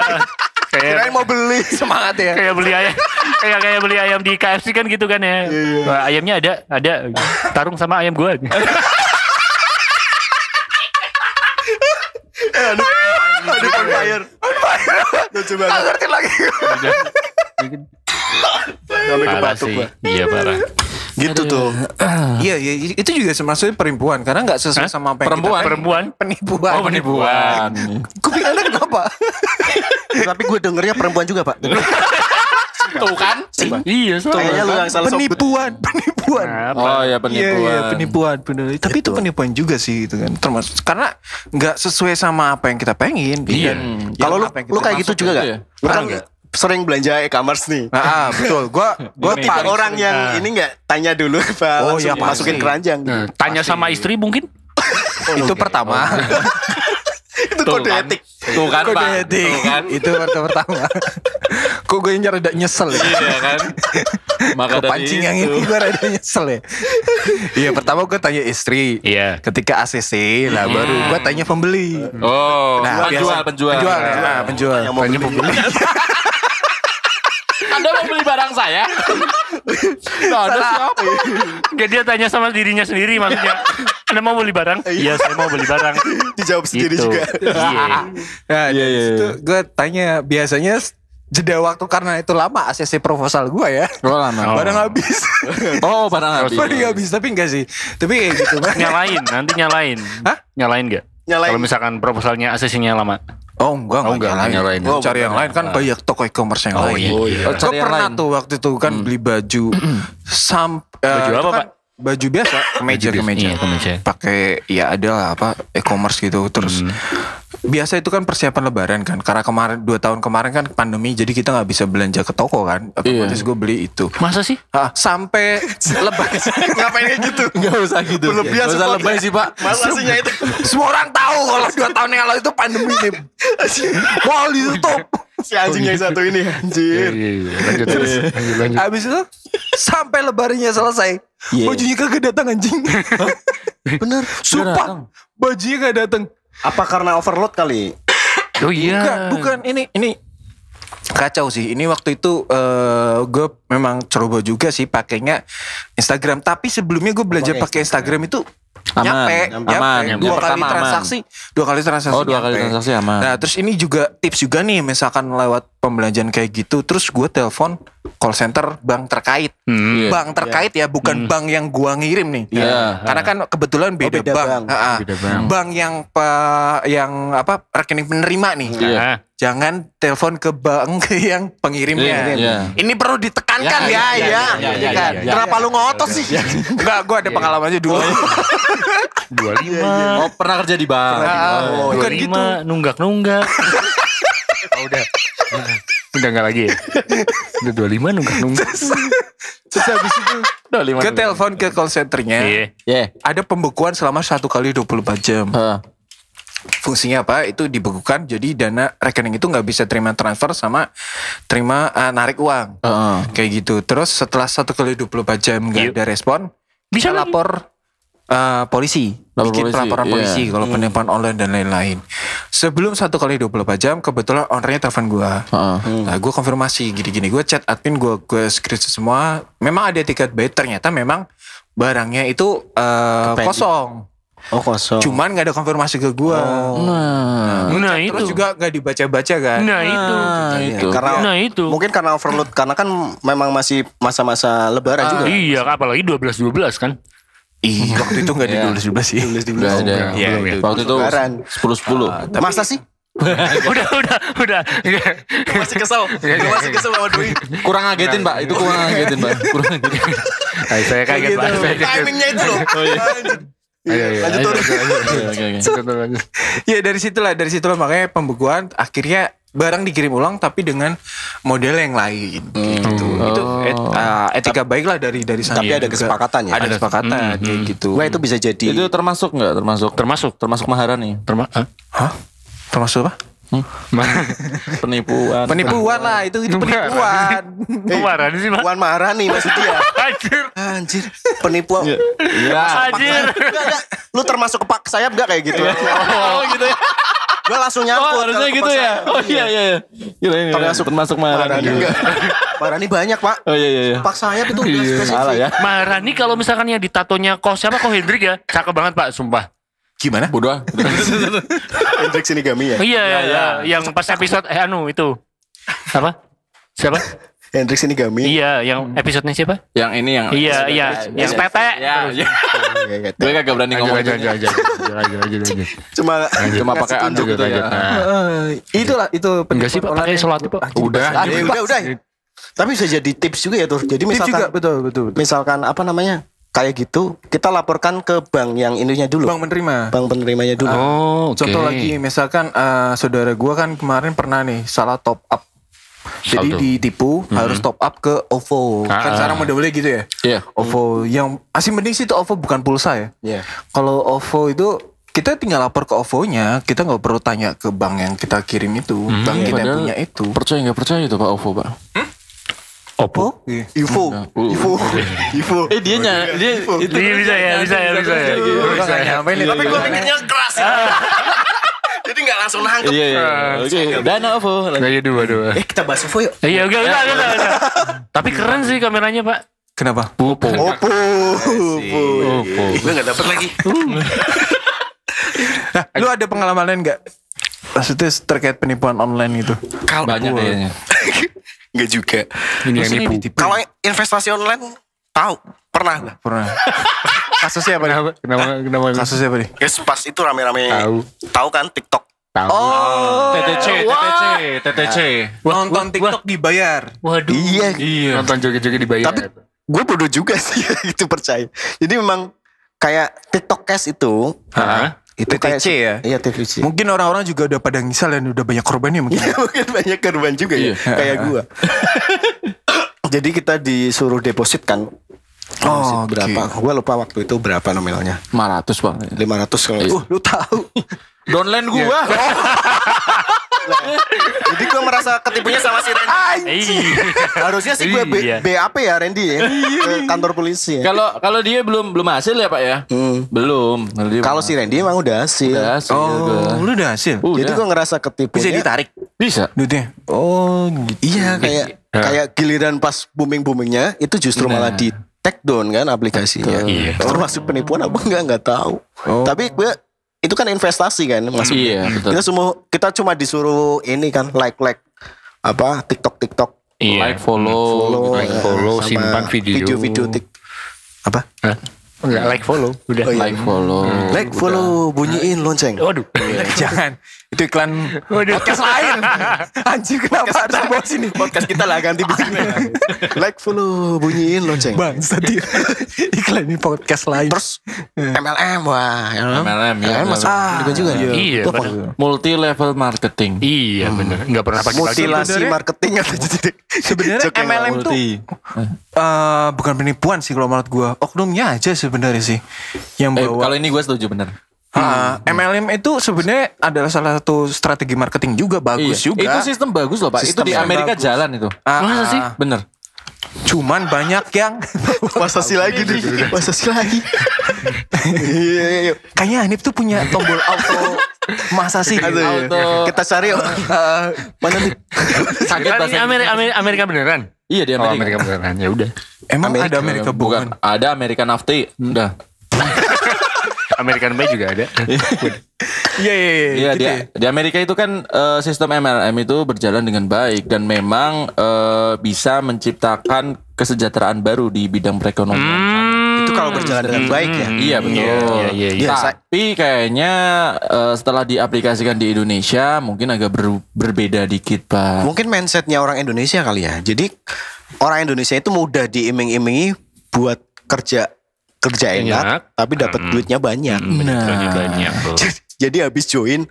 A: Kirain
D: Kayak
A: mau beli. Semangat ya.
D: kayak beli ayam kayak kayak beli ayam di KFC kan gitu kan ya. Wah, Ayamnya ada, ada tarung sama ayam gua.
A: Aduh, on fire. Lucu banget. ngerti lagi. Sampai ke
D: parah
A: batuk
D: sih.
A: gua.
D: Iya parah.
A: Gitu tuh.
B: Iya, iya, itu juga maksudnya perempuan karena nggak sesuai
D: Hah?
B: sama apa yang
C: Perempuan?
B: kita pengen.
D: Perempuan.
B: penipuan.
D: Oh, penipuan.
C: Ah,
B: Kuping Anda kenapa?
A: Tapi gue dengernya perempuan juga, Pak.
C: tuh kan
A: Kayaknya
D: Iya, soalnya.
A: lu yang salah sebut.
B: penipuan, penipuan.
C: oh ya
B: Iya,
C: penipuan
B: iya, penipuan bener. Tapi itu penipuan juga sih itu kan. Termasuk karena nggak sesuai sama apa yang kita pengen. Iya.
A: Kalau lu lu kayak gitu juga gak?
C: ya?
A: Lu kan sering belanja e-commerce nih.
B: Nah, ah, betul. Gua
A: Gue
B: gua
A: tipe
B: paling-
A: orang yang ini nggak tanya dulu, Pak.
B: Oh,
A: Langsung
B: iya, pasti.
A: masukin keranjang.
D: Nah, Tanya sama istri mungkin.
B: itu pertama.
A: Itu kode etik.
C: Tuh kan,
B: Kode
C: Pak.
B: etik.
C: Tuh kan.
B: Itu pertama. pertama. Kok gue nyerada nyesel ya?
C: Iya kan. Maka dari
B: Kepancing yang ini gue rada nyesel ya. Iya pertama gue tanya istri.
D: Iya.
B: Ketika ACC lah baru gue tanya pembeli.
C: Hmm. Oh, penjual,
B: Nah, biasa-
C: penjual. Iya.
B: Penjual, ya, penjual.
A: Yang mau beli.
C: Anda mau beli barang saya? Nah, ada siapa?
D: Enggak dia tanya sama dirinya sendiri maksudnya. Anda mau beli barang? Iya, saya mau beli barang.
A: Dijawab sendiri
D: Gitu.
A: juga.
D: Iya.
B: Nah,
C: Iya,
B: dari
C: iya,
B: situ
C: iya.
B: gue tanya biasanya s- jeda waktu karena itu lama ACC proposal gue ya.
C: Oh, lama.
B: Barang habis.
C: Oh, barang habis.
B: Barang habis tapi enggak sih. Tapi kayak gitu.
D: Nyalain, nanti nyalain.
B: Hah?
D: Nyalain enggak?
A: Nyalain.
D: Kalau misalkan proposalnya asesinya lama.
B: Oh enggak,
E: Oh, enggak,
B: nyalain.
E: nyalain.
B: Gua cari yang lain kan banyak toko e-commerce yang lain.
D: iya.
C: Oh,
B: Gue
C: cari yang
B: pernah
C: lain.
B: tuh waktu itu kan beli baju sam eh,
D: Baju
B: itu
D: apa,
B: kan Baju biasa, kemeja, kemeja.
D: Iya, kemeja.
B: Pakai ya ada apa e-commerce gitu. Terus biasa itu kan persiapan lebaran kan. Karena kemarin dua tahun kemarin kan pandemi jadi kita nggak bisa belanja ke toko kan. Otomatis gue beli itu.
D: Masa sih?
B: Ah, sampai lebaran
A: Ngapain kayak gitu?
C: Enggak usah gitu.
A: Belum
C: Nggak
A: biasa
C: usah
A: Pak.
C: lebay sih, Pak.
A: Masasinya itu.
B: Semua orang tahu kalau dua tahun yang lalu itu pandemi nih. Mall ditutup.
A: Si anjing yang satu ini anjir.
E: Iya, iya. Lanjut, terus. lanjut, lanjut.
B: Habis itu sampai lebarannya selesai. Bajunya kagak datang anjing. Bener. Sumpah. Bajunya kagak datang.
A: Apa karena overload kali?
D: Oh iya.
B: Enggak, bukan ini ini kacau sih ini waktu itu eh gue memang coba juga sih pakainya Instagram tapi sebelumnya gue belajar
A: Pakai
B: pakai Instagram itu
C: Aman,
B: nyampe,
C: aman,
B: nyampe. dua
C: nyampe. Yang
B: kali
C: pertama aman.
B: transaksi dua kali transaksi
C: Oh, dua kali
B: nyampe.
C: transaksi aman.
B: nah terus ini juga tips juga nih misalkan lewat pembelanjaan kayak gitu terus gue telepon call center bank terkait
D: Hmm.
C: Iya. Hmm.
B: bank terkait ya bukan bank yang gua ngirim nih
C: Iya.
B: karena kan kebetulan beda,
A: beda
B: bank
A: bank.
B: Ha-ha.
D: Beda bank.
B: yang pa- yang apa rekening penerima nih
C: Iya.
D: Ah,
B: jangan telepon ke bank yang pengirimnya
C: Iya.
B: ini perlu ditekankan ya
C: Ya,
B: ya,
C: iya, iya, iya,
B: Kan?
C: iya, iya.
B: kenapa lu ngotot sih enggak gua ada pengalamannya dulu
E: Dua lima.
C: Oh, pernah kerja di bank.
E: Iya.
B: Oh, bukan gitu
D: lima nunggak-nunggak.
E: Oh, udah. Udah nggak lagi ya? Udah dua lima nunggak nunggak.
B: terus habis itu
C: Udah lima.
B: ke ya? telepon ke call centernya
D: Iya.
C: Iya.
B: ada pembekuan selama satu kali 24 jam
C: Heeh.
B: fungsinya apa itu dibekukan jadi dana rekening itu nggak bisa terima transfer sama terima eh, narik uang
C: Heeh.
B: kayak gitu terus setelah satu kali 24 jam nggak
D: Yuk.
B: ada respon
D: Bisa kan?
B: bisa
D: lagi.
B: lapor eh, polisi
C: Lapor
B: bikin
C: polisi,
B: pelaporan
C: iya.
B: polisi kalau penipuan online dan lain-lain sebelum satu kali 24 jam kebetulan ownernya telepon gua
C: Heeh.
B: Nah, gue konfirmasi gini-gini. Gue chat admin, gue gue screenshot semua. Memang ada tiket bait. Ternyata memang barangnya itu eh,
C: Kependi.
B: kosong.
A: Oh kosong.
B: Cuman nggak ada konfirmasi ke gue.
C: Nah,
D: Nah, itu.
B: Terus juga nggak dibaca-baca kan.
D: Nah, itu.
C: nah,
B: iya.
C: itu.
A: ya, Karena
D: Nah, itu.
A: mungkin karena overload karena kan memang masih masa-masa lebaran
C: Ah,
A: juga.
D: Iya, apalagi 12-12 kan.
B: Ih, waktu itu nggak ditulis juga sih.
A: Tulis di
C: Udah
A: belakang.
C: ada.
D: Iya, iya.
C: Waktu itu
A: Lebaran.
B: Ah.
C: 10 10.
A: Masa sih?
D: udah, udah, udah.
B: gitu.
A: masih kesel.
D: iya,
A: masih kesel sama Dwi.
C: Kurang ngagetin, Pak. Itu kurang ngagetin, Pak. Iya. Kurang ngagetin.
E: Ay, saya kaget
A: Gitu.
E: banget. Saya kaget.
A: Timingnya itu loh.
E: Iya, iya.
A: Lanjut
E: Lanjut,
A: Dwi.
C: Oke, oke, oke.
E: lanjut, lanjut.
B: ya dari situlah, dari situlah makanya pembekuan akhirnya barang dikirim ulang tapi dengan model yang lain gitu. Itu et- eh, etika baiklah dari dari sana. Iya,
C: Iya,
A: Tapi ada
B: juga.
A: kesepakatan ya?
B: Ada kesepakatan
C: Hmm.
B: kayak gitu.
A: Wah itu bisa jadi.
C: Itu termasuk nggak? Termasuk.
D: Termasuk.
C: Termasuk maharan nih.
D: Terma Hah?
B: Hah? Termasuk apa?
C: Penipuan.
B: Penipuan lah itu itu penipuan. Iya.
D: Kemarin sih, Mas.
A: Puan marah nih ya. maksud dia.
D: Anjir.
A: Anjir, penipuan.
C: Iya.
B: Ah,
D: Anjir.
A: Enggak, enggak. Lu termasuk kepak sayap enggak kayak gitu? Oh gitu ya. Gue langsung nyangkut.
C: Iya. Oh, harusnya
A: kalau kepak
C: gitu ya.
A: sayap.
C: Oh iya iya. iya. Gila ini.
A: Termasuk-
C: termasuk maharan.
A: Marani enggak. Marani banyak, Pak.
C: Oh iya iya iya.
A: Kepak sayap itu udah
C: Salah
A: spesifik.
C: ya.
D: Maharani kalau misalkan yang ditatonya kok siapa kok Hendrik ya? Cakep banget Pak, sumpah.
B: Gimana?
C: Bodoh. ah.
A: Hendrik Sinigami ya.
D: Iya, yang pas episode eh anu itu. Apa? Siapa?
A: Hendrik Sinigami.
D: iya, yang episodenya siapa?
C: yang ini yang
D: Iya, iya, yang tete.
C: Ya, iya. Gue kagak berani
E: Lanjut,
C: ngomong. gitu.
E: lanjut, lanjut, lanjut, lanjut, lanjut, lanjut.
A: Cuma
C: Cuma pakai
A: Kasih
C: anduk
A: tunjuk.
C: gitu
E: lanjut.
C: ya.
E: Nah,
B: itulah itu
E: Enggak sih, Pak.
D: Pakai sholat Pak.
E: Udah.
A: Eh, udah, udah.
C: Iya.
A: Tapi bisa jadi tips juga ya tuh. Jadi
B: Ini
A: misalkan
B: juga betul betul. betul.
A: misalkan apa namanya? Kayak gitu, kita laporkan ke bank yang ininya dulu.
B: Bang menerima.
A: Bank Ah, penerimanya dulu.
D: Oh, oke.
B: Contoh lagi misalkan eh, saudara gua kan kemarin pernah nih salah top up. Jadi
D: Saldo.
B: ditipu harus top up ke OVO. Kan
D: Ah.
B: sekarang modelnya gitu ya.
C: Iya.
B: OVO yang asli mending sih itu OVO bukan pulsa ya.
A: Iya.
B: Kalau OVO itu kita tinggal lapor ke OVO-nya, kita nggak perlu tanya ke bank yang kita kirim itu, bank kita yang
C: Padahal
B: punya itu.
C: Percaya nggak percaya itu Pak Ovo Pak?
D: Oppo.
B: Iya.
A: Ivo, Ivo, Ivo.
C: Eh dia nya dia itu
D: Iya, bisa ya, bisa ya, bisa ya.
B: Gua nggak nyampe nih, tapi gua pengen-
A: keras ya. Jadi nggak langsung nangkep.
C: Iya iya. Oke. Dana Ovo. lanjut.
E: Lanjut Nah, dua dua.
A: Eh kita bahas Ivo yuk.
D: Iya, enggak, enggak, enggak, enggak. Tapi keren sih kameranya Pak.
B: Kenapa?
D: Oppo.
A: Opo,
E: Iya,
A: Opo.
C: Ovo.
A: Gue nggak dapet lagi.
B: Nah, lu ada pengalaman lain nggak? Maksudnya terkait penipuan online gitu? itu?
C: Banyak kayaknya.
A: Nggak juga.
E: Ini yang nipu.
A: Kalau investasi online tahu pernah lah.
B: Pernah. Kasusnya apa? nih?
E: Kenapa? Kenapa? Kenapa?
B: Kasusnya apa nih?
A: Guys pas itu rame-rame
E: Tahu.
A: tahu kan TikTok.
E: Tahu.
C: TTC, TTC,
E: Eh,
C: TTC.
B: Nonton TikTok dibayar.
D: Waduh.
C: Iya.
E: Nonton joget-joget dibayar.
A: Tapi gue bodoh juga sih itu percaya. Jadi memang kayak TikTok Cash itu.
D: Hah?
A: Itu
B: TTC ya?
A: Iya TTC.
B: Mungkin orang-orang juga udah pada ngisal dan udah banyak korbannya mungkin.
A: Ya, mungkin banyak korban juga ya kayak gua jadi kita disuruh deposit kan
B: Oh, oke.
A: berapa gua lupa waktu itu berapa nominalnya
C: 500 Bang.
A: 500 kalau nggak salah.
B: lu tahu.
C: Downline gua.
A: Iya. jadi gua merasa ketipunya sama si Randy
D: Iya.
A: harusnya sih gue
D: Iya.
A: BAP ya Randy ya ke kantor polisi ya
C: Kalau kalau dia belum belum hasil ya Pak ya?
A: Hmm.
C: Belum. Dia
A: kalau si Randy emang udah hasil
B: Oh.
C: udah hasil. gua.
B: lu udah hasil.
C: Udah.
A: iya. jadi gua ngerasa
B: Bisa
A: ketipunya
B: ditarik.
C: Bisa.
B: duitnya oh gitu
A: Iya kayak
D: Nah.
A: kayak giliran pas booming boomingnya itu justru malah di take down kan aplikasinya.
D: Iya.
A: Termasuk penipuan apa enggak nggak tahu. Tapi gue itu kan investasi kan maksudnya.
C: Iya, betul.
A: Kita semua kita cuma disuruh ini kan like like apa TikTok TikTok
D: Iya.
C: Like,
A: follow,
C: follow,
A: eh,
C: gitu.
E: Oh, like, follow,
A: sama
E: simpan video.
A: video-video tik apa
E: Hah? Enggak like follow udah.
A: Oh, iya.
C: like, follow.
A: like follow bunyiin lonceng
D: Waduh.
B: jangan kan? itu iklan podcast lain anjir kenapa harus dibawa sini
A: podcast kita lah ganti begini like follow bunyiin lonceng
B: bang satir iklan ini podcast lain
A: terus MLM wah
C: MLM, ya.
A: masuk juga juga ya.
D: Iya,
A: Gua
D: padahal.
C: Multi level marketing.
D: Iya bener. Nggak pernah pakai
A: mutilasi marketing atau jadi
B: Sebenarnya
A: joke yang
B: MLM tuh
C: Multi.
B: eh, bukan penipuan sih kalau menurut gua oknumnya aja sebenarnya sih yang
C: Eh,
B: bawa
C: kalau ini gue setuju bener.
B: Ah, MLM itu sebenarnya adalah salah satu strategi marketing juga bagus juga
C: Iya. Itu sistem bagus loh pak.
A: Sistem
C: itu di
A: yang
C: Amerika
A: bagus.
C: jalan itu.
B: Ah,
D: Masa sih?
B: ah,
C: Bener.
B: cuman banyak yang
A: masa sih lagi nih masa sih lagi iya iya, iya.
B: kayaknya Hanif tuh punya tombol auto masa sih
A: Aduh, iya.
C: Auto-
A: kita cari eh, mana nih
C: Sakit
D: Ini
C: bahasa.
D: Amerika, Amerika, Amerika beneran.
C: Iya di
E: Oh,
C: Amerika.
E: Amerika beneran ya udah.
B: emang ada Amerika bukan
C: bukan. Ada Amerika Nafti. Udah.
E: American Pie juga ada.
B: iya iya
C: Iya di, di Amerika itu kan eh, sistem MLM itu berjalan dengan baik dan memang eh, bisa menciptakan kesejahteraan baru di bidang perekonomian.
A: itu kalau berjalan dengan baik ya
C: Iya betul.
D: Iya, iya, iya.
A: Iya, saya-
C: Tapi kayaknya eh, setelah diaplikasikan di Indonesia mungkin agak ber- berbeda dikit pak.
A: mungkin mindsetnya orang Indonesia kali ya. Jadi orang Indonesia itu mudah diiming-imingi buat kerja kerja
D: Enak. Hmm.
A: enak, tapi dapat duitnya banyak.
D: Banyak banyak. bro.
A: Jadi habis join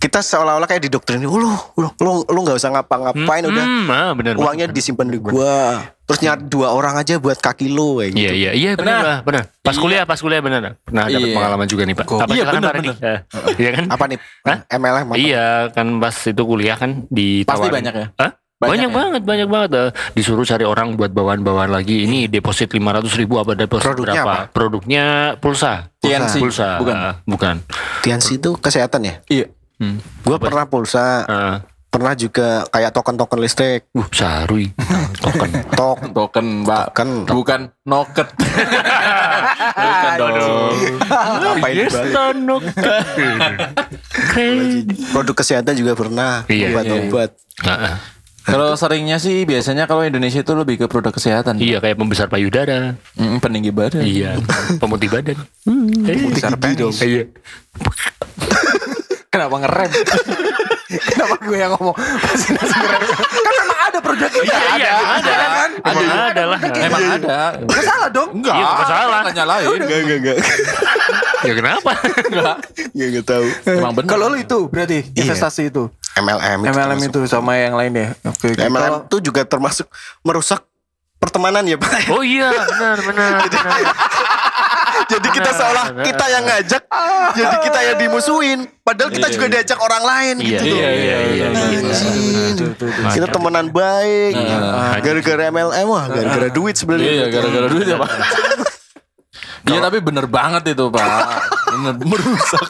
A: kita seolah-olah kayak didoktrin, "Oh, lu lu lu lu nggak usah ngapa-ngapain udah
D: Hmm, ah, bener.
A: uangnya disimpan di gua." Terus nyari dua orang aja buat kaki lu kayak
D: Iya
A: gitu.
D: iya iya benar lah, benar. Pas kuliah pas kuliah benar. Pernah dapat
C: Iya.
D: pengalaman juga nih Pak. Apa
C: Iya,
D: silakan,
C: benar,
D: Pak Randy? Eh, Iya kan?
A: Apa nih?
D: Hah?
A: MLM apa?
D: Iya kan pas itu kuliah kan di
C: Pasti banyak ya?
D: Hah?
C: Banyak ya?
D: Banyak, banget, banyak banget. Eh, Disuruh cari orang buat bawaan-bawaan lagi. Ini deposit 500 ribu apa deposit
A: Produknya
D: berapa? Produknya pulsa.
C: TNC.
D: Pulsa.
C: Bukan.
D: Eh, Bukan.
A: Tiansi itu kesehatan ya?
C: Iya.
A: Gua pernah pulsa,
D: Eh,
A: pernah juga kayak token-token listrik.
D: uh, sarui. kan. Token.
A: Tok
C: Token pak.
A: Token.
C: Bukan noket. Bukan dong.
D: Oh,
A: apa ini? Bang?
D: Tanuk.
A: Produk kesehatan juga pernah
D: Iya,
A: obat-obat.
D: Heeh.
C: Kalau seringnya sih biasanya kalau Indonesia itu lebih ke produk kesehatan.
D: Iya kayak pembesar payudara.
C: Mm, peninggi badan.
E: Oh,
D: Iya. Pemutih badan. Pemutih
A: dong.
D: Iya.
B: kenapa ngerem kenapa gue yang ngomong Masih nasi ngerem. kan memang ada produk kita
D: Iya, iya, ada.
B: kan
D: Ada.
B: Memang
D: Ada lah.
B: produk kita.
C: Emang ada.
B: Nggak salah dong
C: Enggak.
D: Iya, nggak salah.
C: Tanya lain.
A: Enggak, enggak, enggak.
D: Ya kenapa?
C: Enggak.
A: Ya enggak tahu.
C: Emang benar.
B: kalau lu itu berarti investasi itu
A: MLM itu
B: MLM
A: termasuk.
B: itu sama yang lain ya oke oke.
A: MLM
B: Kalau-
A: itu juga termasuk merusak pertemanan ya, Pak.
D: Oh iya, benar, benar, benar.
A: Jadi kita seolah kita yang ngajak, jadi kita yang dimusuhin. Padahal kita juga diajak orang lain
D: Iya,
A: gitu loh.
D: iya, iya, iya.
A: Anjing. Kita temenan baik.
D: Nah,
A: Nah, Gara-gara MLM wah, gara-gara duit
C: Iya,
A: sebenarnya.
C: gara-gara duit ya, Pak. Iya, tapi bener banget itu, Pak. Bener merusak.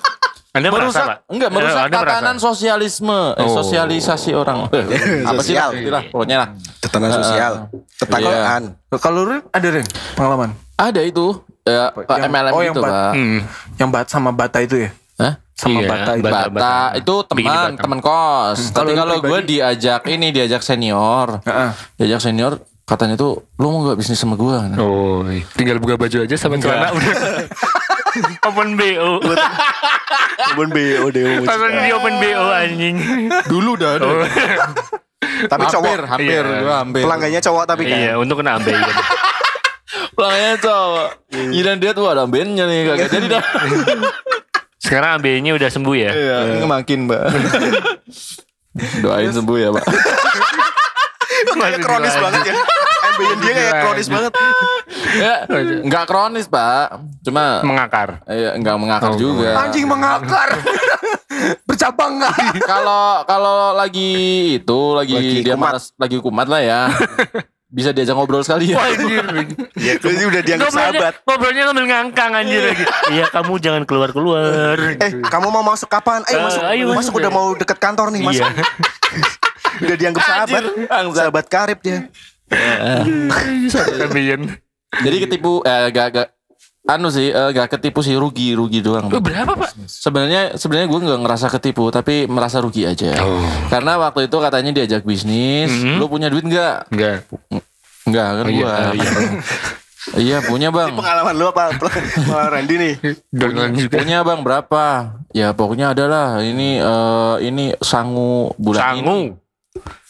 D: Anda merasa,
C: Merusak,
D: Pak?
C: enggak merusak
D: Eh, Anda merasa?
C: tatanan sosialisme, eh, sosialisasi orang. Apa sih
A: Sosial.
C: lah, istilah, pokoknya lah.
A: Tetanan
D: Nah,
A: sosial,
D: iya.
A: tetanggaan.
B: kalau lu ada Ren pengalaman
C: Ada itu, ya, Pak,
B: Yang-
C: MLM
B: oh, yang
C: itu,
B: Pak.
C: Pak.
D: Hmm.
B: yang bat sama bata itu ya
C: Hah?
B: sama
D: Iya,
B: bata itu
D: Bata-
C: Bata, itu teman,
D: Bata.
C: teman kos. Tapi
B: Kalau
C: Hmm. kalau Ya.
B: lu
C: gue diajak ini, diajak senior,
B: Heeh.
C: diajak senior, katanya tuh lu mau nggak bisnis sama gue?
E: Oh, iya. tinggal buka baju aja sama celana udah.
D: Open BO.
A: Kebun BODO.
D: Pasan di open BO anjing.
C: Dulu dah. ada.
E: Oh,
A: Tapi
C: hampir,
A: cowok,
C: hampir,
D: Iya.
C: gua hampir.
A: pelanggannya cowok tapi kan.
D: Iya, untuk kena ambil.
C: Pelanggannya cowok. Iya dia tuh ada bandnya nih kagak jadi dah.
A: Iya.
D: Sekarang ambilnya udah sembuh ya.
C: Iya, ini makin mbak. Doain sembuh ya pak.
A: Kayak kronis
D: Iya.
A: banget ya. Ambien dia kayak kronis banget.
C: Ya, nggak kronis pak, cuma
E: Mengakar.
C: ya, nggak mengakar
E: Oh,
C: juga.
B: anjing mengakar bercabang nggak
C: Kalau kalau lagi itu lagi,
A: Lagi
C: dia
A: kumat.
C: maras, lagi kumat lah ya. bisa diajak ngobrol sekali ya.
D: Anjir.
A: Jadi udah dianggap
D: Ngobrolnya,
A: sahabat.
D: ngobrolnya ngambil ngangkang anjir lagi. Iya kamu jangan keluar-keluar.
A: Eh, kamu mau masuk kapan? Ayo
D: Eh,
A: masuk,
D: ayo
A: masuk,
D: masuk.
A: udah mau deket kantor nih, masuk. udah dianggap sahabat, sahabat karib dia.
E: iya. Ambien.
C: Jadi ketipu eh gak gak anu sih eh, gak ketipu sih rugi rugi doang.
D: Oh, Berapa pak?
C: Sebenarnya sebenarnya gue nggak ngerasa ketipu tapi merasa rugi aja. Karena waktu itu katanya diajak bisnis, lu punya duit nggak?
E: Enggak. Oh,
C: Nggak kan gua. Iya, punya bang.
A: Pengalaman lu apa? Pengalaman Randy nih.
E: Dolan juga.
C: Punya bang berapa? Ya pokoknya adalah ini eh, ini sangu bulan ini.
E: Sangu.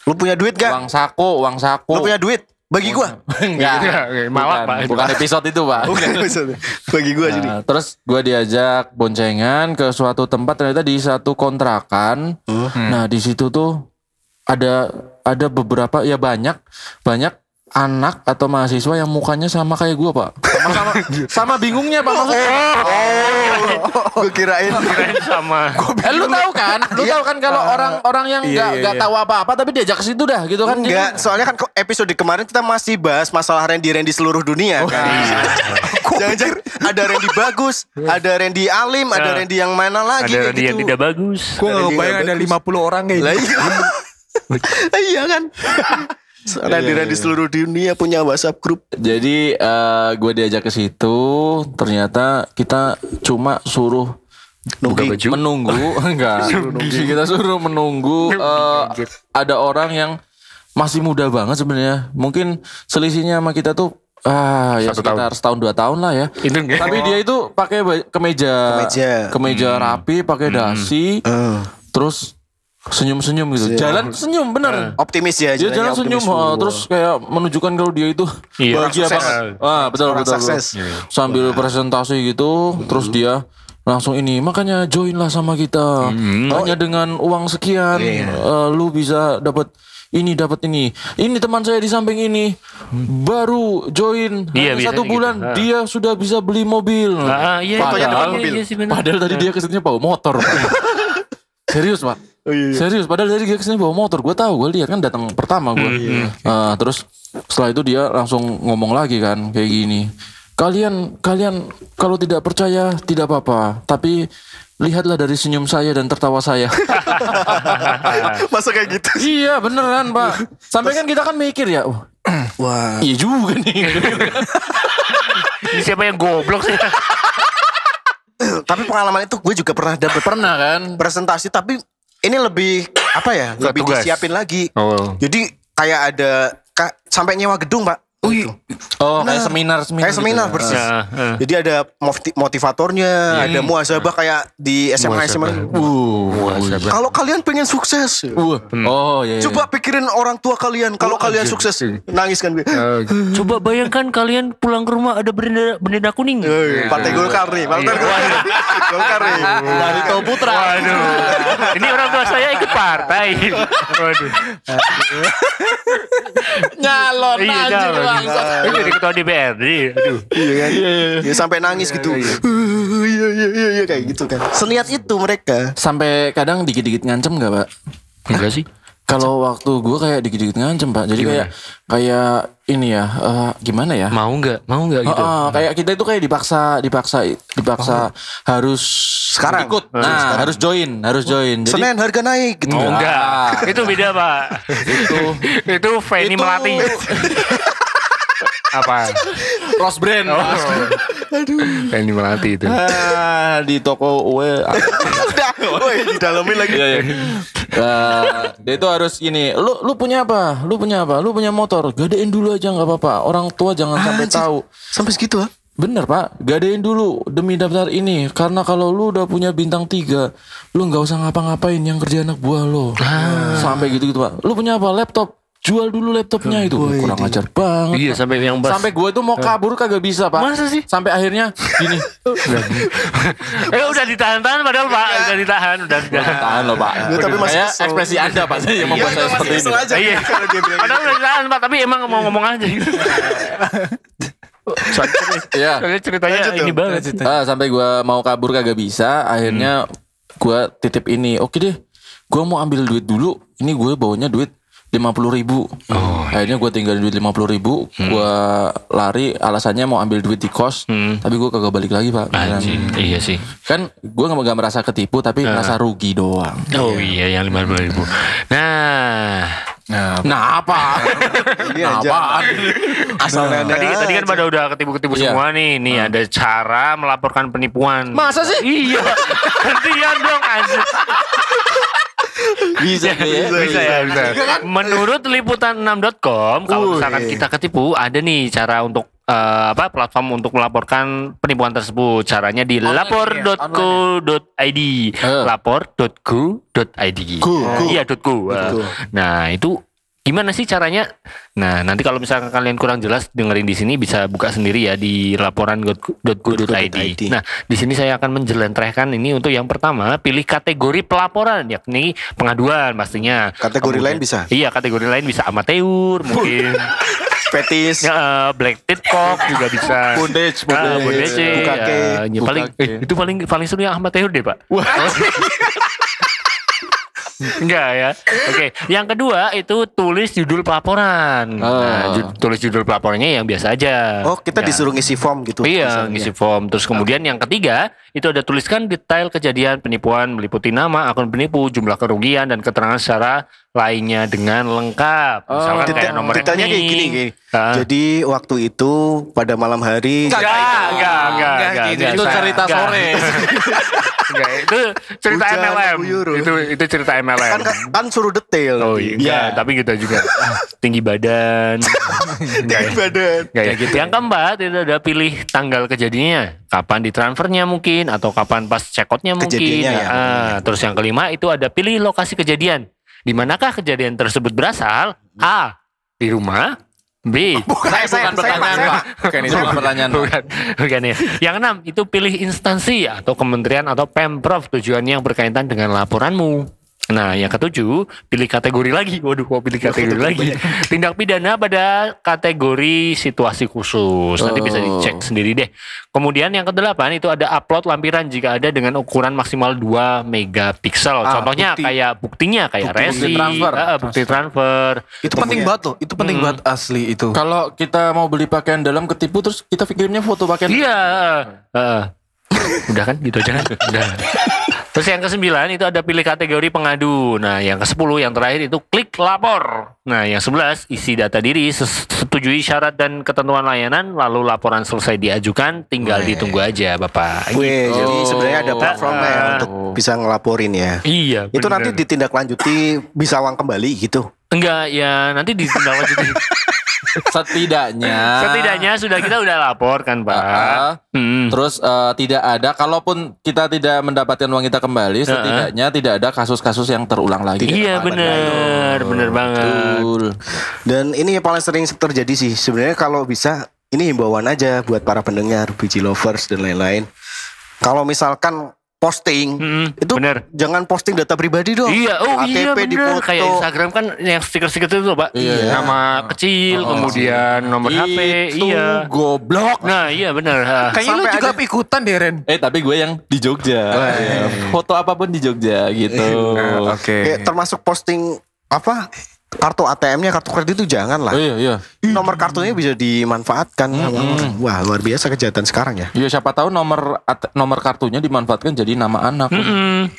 A: Lu punya duit gak?
C: Uang saku, uang saku.
A: Lu punya duit? Bagi gua.
E: Enggak,
C: Enggak.
E: enggak. Malak,
C: bukan,
E: Pak.
C: bukan episode itu pak.
A: Bukan maksudnya. Bagi gua jadi.
C: Nah, terus gue diajak boncengan ke suatu tempat ternyata di satu kontrakan.
B: Oh.
C: Nah di situ tuh ada ada beberapa ya banyak banyak anak atau mahasiswa yang mukanya sama kayak gue pak. Sama, sama, sama bingungnya pak maksudnya.
B: Oh,
A: Gua kirain.
D: Sama.
C: Eh, lu tahu kan? Lu tahu kan kalau orang-orang yang
B: iya,
C: nggak
B: iya,
C: nggak
B: iya.
C: tahu apa-apa tapi diajak ke situ dah gitu kan? Jadi-
A: Enggak, soalnya kan kok episode kemarin kita masih bahas masalah Randy-Randy seluruh dunia kan. Jangan-jangan ada Randy bagus, ada Randy alim, ada Randy yang mana lagi kayak
D: Ada radio yang
A: gitu.
D: tidak bagus.
B: Gue gak
A: Ada
B: kebayang
A: juga
B: ada
A: bagus.
B: 50 orang kayak
A: Lah
B: gitu.
A: iya. Iya kan. Randy-Randy seluruh dunia punya WhatsApp grup.
C: Jadi eh gue diajak ke situ, ternyata kita cuma suruh
A: Nunggu.
C: menunggu, enggak. kita suruh menunggu eh, ada orang yang masih muda banget sebenarnya. Mungkin selisihnya sama kita tuh ah ya
E: Satu
C: sekitar setahun dua tahun lah ya.
E: Itu enggak.
C: Tapi dia itu pakai ba- kemeja
A: Kemeja.
C: kemeja
E: Hmm.
C: rapi, pakai dasi,
A: Eh,
C: terus senyum-senyum gitu. Jalan senyum
E: Eh.
C: bener.
A: Optimis ya.
C: Dia jalan senyum, eh, terus kayak menunjukkan kalau dia itu
D: Iya.
C: bahagia
A: Orang
C: banget. Ah, betul,
A: Orang
C: betul, betul.
A: sukses. Hmm.
C: Sambil presentasi gitu, terus dia langsung ini makanya join lah sama kita.
D: Hmm.
C: Hanya
A: Oh.
C: dengan uang sekian,
A: Iya.
C: eh, lu bisa dapat ini dapat ini. Ini teman saya di samping ini baru join
D: Hmm. Iya,
C: hanya satu
D: biasanya
C: bulan
D: gitu. Ah.
C: dia sudah bisa beli mobil.
D: Ah, iya,
C: Padahal-
D: iya, iya, iya, sih, bener. Iya.
C: Padahal tadi dia kesini bawa motor. Pak. Serius pak?
A: Oh, iya,
C: Serius. Padahal tadi dia kesini bawa motor. Gue tahu. Gue lihat kan datang pertama gue.
A: Hmm, iya.
C: Ah, terus setelah itu dia langsung ngomong lagi kan kayak gini. Kalian kalian kalau tidak percaya tidak apa-apa. Tapi lihatlah dari senyum saya dan tertawa saya.
A: Masa kayak gitu.
C: iya beneran pak. Sampai kan kita kan mikir ya. "Wah,
A: Wah.
C: iya juga nih.
D: Ini siapa yang goblok sih?
A: Tapi pengalaman itu gue juga pernah dapet
C: Pernah kan?
A: presentasi tapi ini lebih apa ya? lebih
E: tugas.
A: disiapin lagi.
E: Oh.
A: Jadi kayak ada ka- sampai nyewa gedung, Pak. Gitu.
C: Oh
A: Nah,
C: kayak seminar seminar.
A: kayak seminar
C: gitu ya. Hmm.
A: persis.
D: Nah, eh.
A: Jadi ada moti- motivatornya, ada muasabah kayak di SMA SMA.
C: Uh,
A: Kalau kalian pengen sukses,
C: uh. Oh iya. iya.
A: coba pikirin orang tua kalian. Kalau kalian sukses, nangis kan.
E: Eh,
D: Coba bayangkan kalian pulang ke rumah ada bendera bendera kuning.
A: Eh, Partai Golkar nih, Partai Golkar. Golkar nih.
C: Barito Putra.
D: Waduh. Ini orang tua saya ikut partai. Waduh.
C: Nyalon
D: Iya,
C: anjing
D: nyalon.
C: bangsat.
D: Ini jadi ketua DPRD. Aduh.
A: Iya kan? Ya sampai nangis gitu. Uh, Iya iya iya iya kayak gitu kan. Seniat itu mereka.
C: Sampai kadang dikit-dikit ngancem gak pak?
D: Enggak sih.
C: Kalau waktu gue kayak dikit-dikit ngancem pak. Jadi kayak kayak ini ya eh, gimana ya?
E: mau nggak? Mau nggak gitu? Oh.
C: Heeh, kayak kita itu kayak dipaksa, dipaksa, dipaksa harus
A: Sekarang. Oh.
C: ikut. Nah, harus join, harus join. Jadi Nah,
A: Senin harga naik gitu.
D: Oh, enggak. Itu beda, Pak.
C: itu
D: Itu Feni
A: Itu-
D: Melati.
E: Apa?
C: Rose Brand.
E: Oh. Kayak ini melati itu.
C: Ah, di toko UE.
A: Udah, woi didalamin lagi.
C: Iya, iya. Eh, dia itu harus gini. Lu lu punya apa? Lu punya apa? Lu punya motor. Gadein dulu aja nggak apa-apa. Orang tua jangan sampai
A: Anjir.
C: tahu.
A: Sampai segitu ah.
C: Bener pak, gadein dulu demi daftar ini Karena kalau lu udah punya bintang tiga Lu nggak usah ngapa-ngapain yang kerja anak buah lo Sampai gitu-gitu pak Lu punya apa? Laptop Jual dulu laptopnya itu Kurang ajar banget
D: Iya, sampai yang bas.
C: Sampai gue tuh mau kabur kagak bisa pak
D: Masa sih?
C: Sampai akhirnya gini
D: Eh, udah ditahan-tahan padahal, Pak.
A: Iya.
D: Udah ditahan, udah ditahan.
C: Tahan lo pak
A: Ya, tapi masih
C: Kayak
A: kesel. Iya,
C: ekspresi anda pak Saya yang membuat saya seperti ini
A: aja
D: Iya.
A: kalau dia bilang gitu.
D: Padahal udah ditahan, Pak, tapi emang mau ngomong aja gitu.
C: Iya
D: Soalnya ceritanya
A: Lanjut
D: ini
A: dong.
D: banget.
C: Ah, sampai gua mau kabur kagak bisa, akhirnya gua titip ini. Oke deh, gua mau ambil duit dulu. Ini gue bawanya duit lima puluh ribu. Akhirnya gue tinggalin duit lima puluh ribu, gue lari alasannya mau ambil duit di kos, tapi gue kagak balik lagi pak. Bilang,
D: Anjing, iya sih.
C: Kan gue nggak nggak merasa ketipu, tapi merasa rugi doang.
D: Oh iya yang lima puluh ribu. Nah,
B: Nah,
C: Nah apa?
A: Ini
C: nah,
A: aja.
C: apaan?
A: Asal nada
D: tadi tadi kan
A: aja.
D: pada udah ketipu-ketipu
C: Iya.
D: semua nih. Nih ada cara melaporkan penipuan.
C: Masa sih?
D: Iya. Gantian dong anjing.
C: Bisa,
A: iya.
C: ya?
D: bisa ya, bisa. Menurut liputan 6.com kalau misalkan kita ketipu ada nih cara untuk eh, apa platform untuk melaporkan penipuan tersebut. Caranya di lapor.co.id.
C: Eh.
D: lapor.co.id. Iya, .co. Eh, Nah, itu gimana sih caranya? Nah, nanti kalau misalkan kalian kurang jelas dengerin di sini bisa buka sendiri ya di laporan.go.id. Nah, di sini saya akan menjelentrehkan ini untuk yang pertama, pilih kategori pelaporan yakni pengaduan pastinya.
A: Kategori lain bisa?
D: Iya, kategori lain bisa amatir mungkin.
A: Petis.
D: Ya, eh, black tit cock juga bisa.
C: Bondage,
D: Ah,
C: bondage.
D: bondage, ya,
A: Bukake.
D: ya, paling
C: Bukake.
D: eh, itu paling paling seru yang Ahmad Tehur deh, Pak. Enggak ya. Oke, yang kedua itu tulis judul pelaporan.
C: Oh.
D: Nah, ju- tulis judul pelaporannya yang biasa
A: Ah.
D: aja.
A: Oh kita
D: Ya.
A: disuruh ngisi form gitu.
D: Iya, ngisi form. Terus kemudian yang ketiga itu ada tuliskan detail kejadian penipuan meliputi nama, akun penipu, jumlah kerugian dan keterangan secara lainnya dengan lengkap. Misalkan kayak
A: Detail,
D: nomor
A: Oh, detailnya kayak
D: rekening. Iya. Ah.
A: gini, gini.
D: Hah?
A: Jadi waktu itu pada malam hari.
D: Enggak,
A: gitu.
D: enggak, enggak,
E: Enggak,
D: enggak,
E: gitu.
D: enggak,
C: Itu
D: enggak.
C: cerita
D: Enggak.
C: sore.
D: Enggak, itu cerita
A: Hujan,
D: MLM.
A: guyur.
D: Itu itu cerita MLM.
A: Kan, kan suruh detail.
D: Oh iya, enggak, tapi kita juga tinggi badan.
A: Tinggi badan.
D: Enggak ya. Yang keempat itu ada pilih tanggal kejadiannya, kapan ditransfernya mungkin atau kapan pas check-outnya mungkin.
A: Kejadiannya ya.
D: Ah, terus yang kelima itu ada pilih lokasi kejadian. Di manakah kejadian tersebut berasal? A. Di rumah. B.
A: Saya saya
C: Bukan
A: saya Pak,
C: pertanyaan,
A: saya
C: Pak.
A: Pak.
C: Bukan itu bukan pertanyaan. Pak.
D: Bukan, bukan ya. Yang enam itu pilih instansi atau kementerian atau pemprov tujuannya yang berkaitan dengan laporanmu. Nah, yang ketujuh, pilih kategori lagi. Waduh, kok pilih kategori lagi? Tindak pidana pada kategori situasi khusus. Nanti bisa dicek sendiri deh. Kemudian yang kedelapan itu ada upload lampiran jika ada dengan ukuran maksimal 2 megapiksel.
E: Ah,
D: Contohnya
E: bukti.
D: kayak buktinya kayak
C: Bukti- bukti
D: resi,
C: transfer.
D: eh, eh, bukti transfer.
B: itu penting banget loh. Itu penting banget asli itu.
C: Kalau kita mau beli pakaian dalam ketipu terus kita kirimnya foto pakaian.
D: Iya. heeh. Udah kan gitu aja kan? Udah. Terus yang kesembilan itu ada pilih kategori pengadu. Nah yang kesepuluh yang terakhir itu klik lapor. Nah yang sebelas isi data diri, ses- setujui syarat dan ketentuan layanan, lalu laporan selesai diajukan, tinggal ditunggu aja bapak.
A: Weh, jadi sebenarnya ada
C: Oh.
A: platformnya
D: Ah.
A: untuk bisa ngelaporin ya.
D: Iya.
A: Itu nanti
D: bener.
A: ditindaklanjuti bisa uang kembali gitu.
D: enggak ya nanti ditindaklanjuti.
C: Setidaknya.
D: Setidaknya sudah kita udah lapor kan pak.
C: Ah.
D: Hmm.
C: Terus eh, tidak ada, kalaupun kita tidak mendapatkan uang kita kembali, setidaknya tidak ada kasus-kasus yang terulang lagi.
D: Iya bener, bener banget.
C: Betul.
A: Dan ini yang paling sering terjadi sih. Sebenarnya kalau bisa ini himbauan aja buat para pendengar, biji lovers dan lain-lain. Kalau misalkan posting
D: Mm-mm,
A: itu
D: bener.
A: jangan posting ddipoto pribadi dong.
D: Hmm. Iya, oh
A: KTP
D: iya bener.
A: dipoto.
D: Kayak Instagram kan yang stiker-stiker itu loh, Pak.
C: Iya.
D: Nama kecil,
E: iya.
D: kemudian nomor HP,
C: Itu
D: iya.
C: goblok.
D: Nah, iya bener. ha.
B: Kayaknya lu
A: Sampai
B: juga ikutan deh Ren.
C: Eh tapi gue yang di Jogja.
D: iya,
C: Eh, Foto apapun di Jogja gitu.
D: Eh,
A: Kayak termasuk posting apa? Kartu ATM-nya, kartu kredit itu jangan lah.
C: Oh, iya iya.
A: Nomor kartunya bisa dimanfaatkan. Wah, luar biasa kejahatan sekarang ya.
C: Iya siapa tahu nomor at- nomor kartunya dimanfaatkan jadi nama anak.
D: Mm-mm.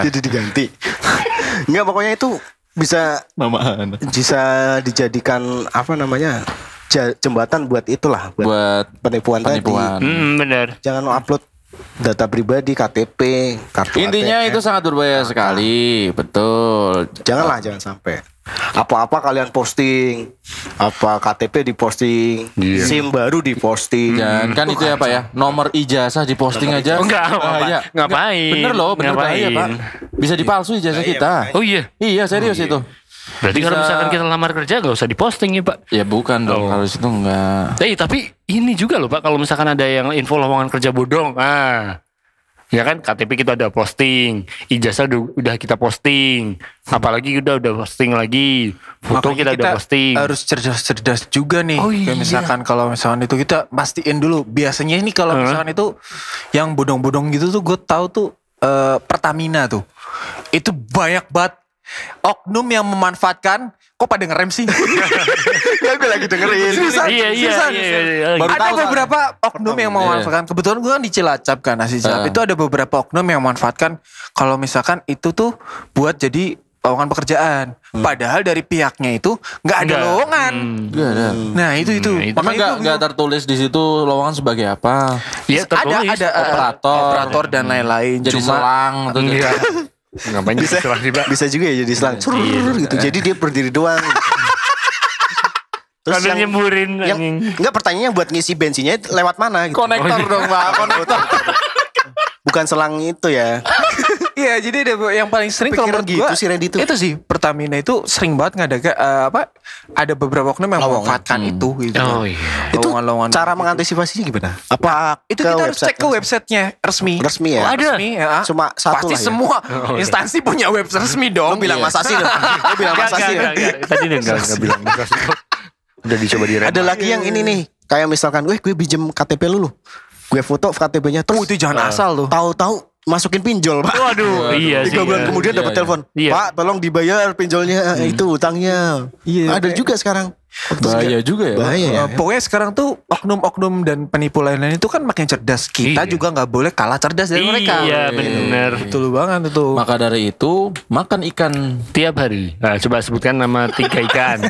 A: Jadi diganti. Enggak, pokoknya itu bisa
C: Nama anak.
A: bisa dijadikan apa namanya? ja- jembatan buat itulah buat,
C: Buat
A: penipuan,
C: penipuan.
A: tadi.
D: Mm-mm, Hmm, bener.
A: Jangan upload data pribadi, KTP, kartu ATM.
C: Intinya itu sangat berbahaya sekali, betul.
A: Janganlah, jangan sampai. Apa-apa kalian posting, apa KTP diposting,
E: Iya.
A: SIM baru diposting.
C: Dan kan itu ya Pak ya, nomor ijazah di posting aja.
D: Oh, enggak,
C: Bahaya.
D: Pak. Ngapain?
C: Bener loh, bener bahaya Pak.
D: Ngapain?
C: Bisa dipalsu ijazah kita.
D: Oh iya,
C: Iya serius itu.
D: berarti
C: Bisa-
D: kalau misalkan kita lamar kerja gak usah diposting ya, Pak.
C: Ya bukan dong, kalau itu enggak.
D: Eh, tapi ini juga loh, Pak, kalau misalkan ada yang info lowongan kerja bodong. Ah. Ya kan KTP kita udah posting, ijazah du- udah kita posting, apalagi udah udah posting lagi, foto
B: Makanya
D: kita, udah posting.
B: harus cerdas-cerdas juga nih.
D: Oh,
B: Kayak
D: iya.
B: misalkan kalau misalkan itu kita pastiin dulu. Biasanya ini kalau misalkan itu yang bodong-bodong gitu tuh gue tahu tuh eh, Pertamina tuh. Itu banyak banget oknum yang memanfaatkan kok pada ngerem sih
A: ya gue lagi dengerin
B: Seriusan,
D: Iya, iya,
B: seriusan.
D: iya, iya, iya.
B: Baru ada
C: tahu,
B: beberapa oknum yang memanfaatkan kebetulan gue kan di Cilacap kan nah, di Cilacap
C: Ah.
B: itu ada beberapa oknum yang memanfaatkan kalau misalkan itu tuh buat jadi lowongan pekerjaan padahal dari pihaknya itu nggak ada
D: Hmm. Nggak. Hmm.
B: lowongan
C: Gak ada.
B: nah itu itu
D: itu.
B: Makanya
C: Emang gak,
B: gua
C: gak
B: bingung.
C: tertulis di situ lowongan sebagai apa?
D: Iya,
B: ada
D: tertulis. Hmm.
B: ada eh,
C: Operator.
B: operator dan lain-lain
C: Jadi
B: cuma
C: selang atau jadi-
E: Iya. Ngapain jadi selang sih, Iya, Pak?
A: bisa juga ya jadi selang Curur gitu jadi dia berdiri doang gitu.
D: Sambil nyemburin,
A: yang,
D: anjing.
A: enggak pertanyaannya buat ngisi bensinnya itu lewat mana gitu.
C: konektor dong, Pak. Konektor.
A: bukan selang itu ya
B: Iya jadi ada yang paling sering kalau
A: Pikiran
B: menurut
A: gitu
B: gua,
A: sih Randy tuh.
B: Itu sih Pertamina itu sering banget ngadaga eh, apa ada beberapa oknum yang memanfaatkan itu gitu.
D: Oh, iya.
A: itu
B: Lowongan-lowongan gitu.
A: cara mengantisipasinya gimana apa
B: itu kita harus cek ke
A: terus?
B: websitenya resmi.
A: Resmi ya?
B: Oh, ada.
D: Resmi,
A: Cuma satu
B: Pasti
A: lah ya.
B: semua instansi punya web resmi dong.
A: Lu bilang masa sih lu Lu bilang
D: Enggak,
A: masa
D: enggak,
A: sih
D: enggak, enggak. Tadi dia enggak.
E: Enggak bilang enggak sih. Udah dicoba direm.
A: ada lagi yang ini nih kayak misalkan gue gue pinjem KTP lu lu gue foto KTP-nya terus
B: Oh, itu jangan asal lu.
A: tahu-tahu masukin pinjol pak
D: Waduh, iya sih.
A: Tiga bulan
D: iya.
A: kemudian
C: Iya,
A: dapat
C: iya.
A: telepon,
D: Iya.
A: Pak, tolong dibayar pinjolnya Eh, itu utangnya.
B: Iya,
A: Ada
B: kayak-
A: juga sekarang. Terus
C: Bahaya
A: kayak-
C: juga ya. Pak.
A: Bahaya ya.
B: Eh, Pokoknya sekarang tuh oknum-oknum dan penipu lain-lain itu kan makin cerdas. Kita
D: Iya.
B: juga nggak boleh kalah cerdas dari mereka.
D: Iya, bener.
B: Betul banget itu.
C: Maka dari itu, makan ikan.
D: Tiap hari. Nah, coba sebutkan nama tiga ikan.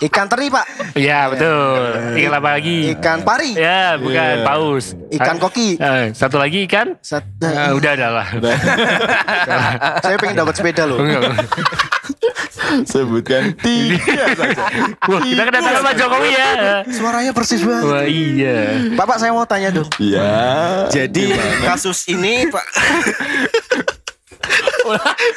A: Ikan teri, Pak.
D: Iya, betul. Ikan apa lagi?
A: Ikan pari.
D: Ya, bukan paus.
A: Iya. Ikan
D: Ah,
A: koki. Nah.
D: ah, satu lagi ikan?
A: Sat-
D: Ah, udah ada lah.
A: eh, Saya pengen dapat sepeda loh.
C: Sebutkan tiga.
D: Wah, kita
A: Iya.
D: kedatangan Pak Jokowi ya.
A: Suaranya persis banget.
D: Wah, iya.
A: Bapak saya mau tanya dong.
C: Iya.
A: Jadi kasus ini, Pak.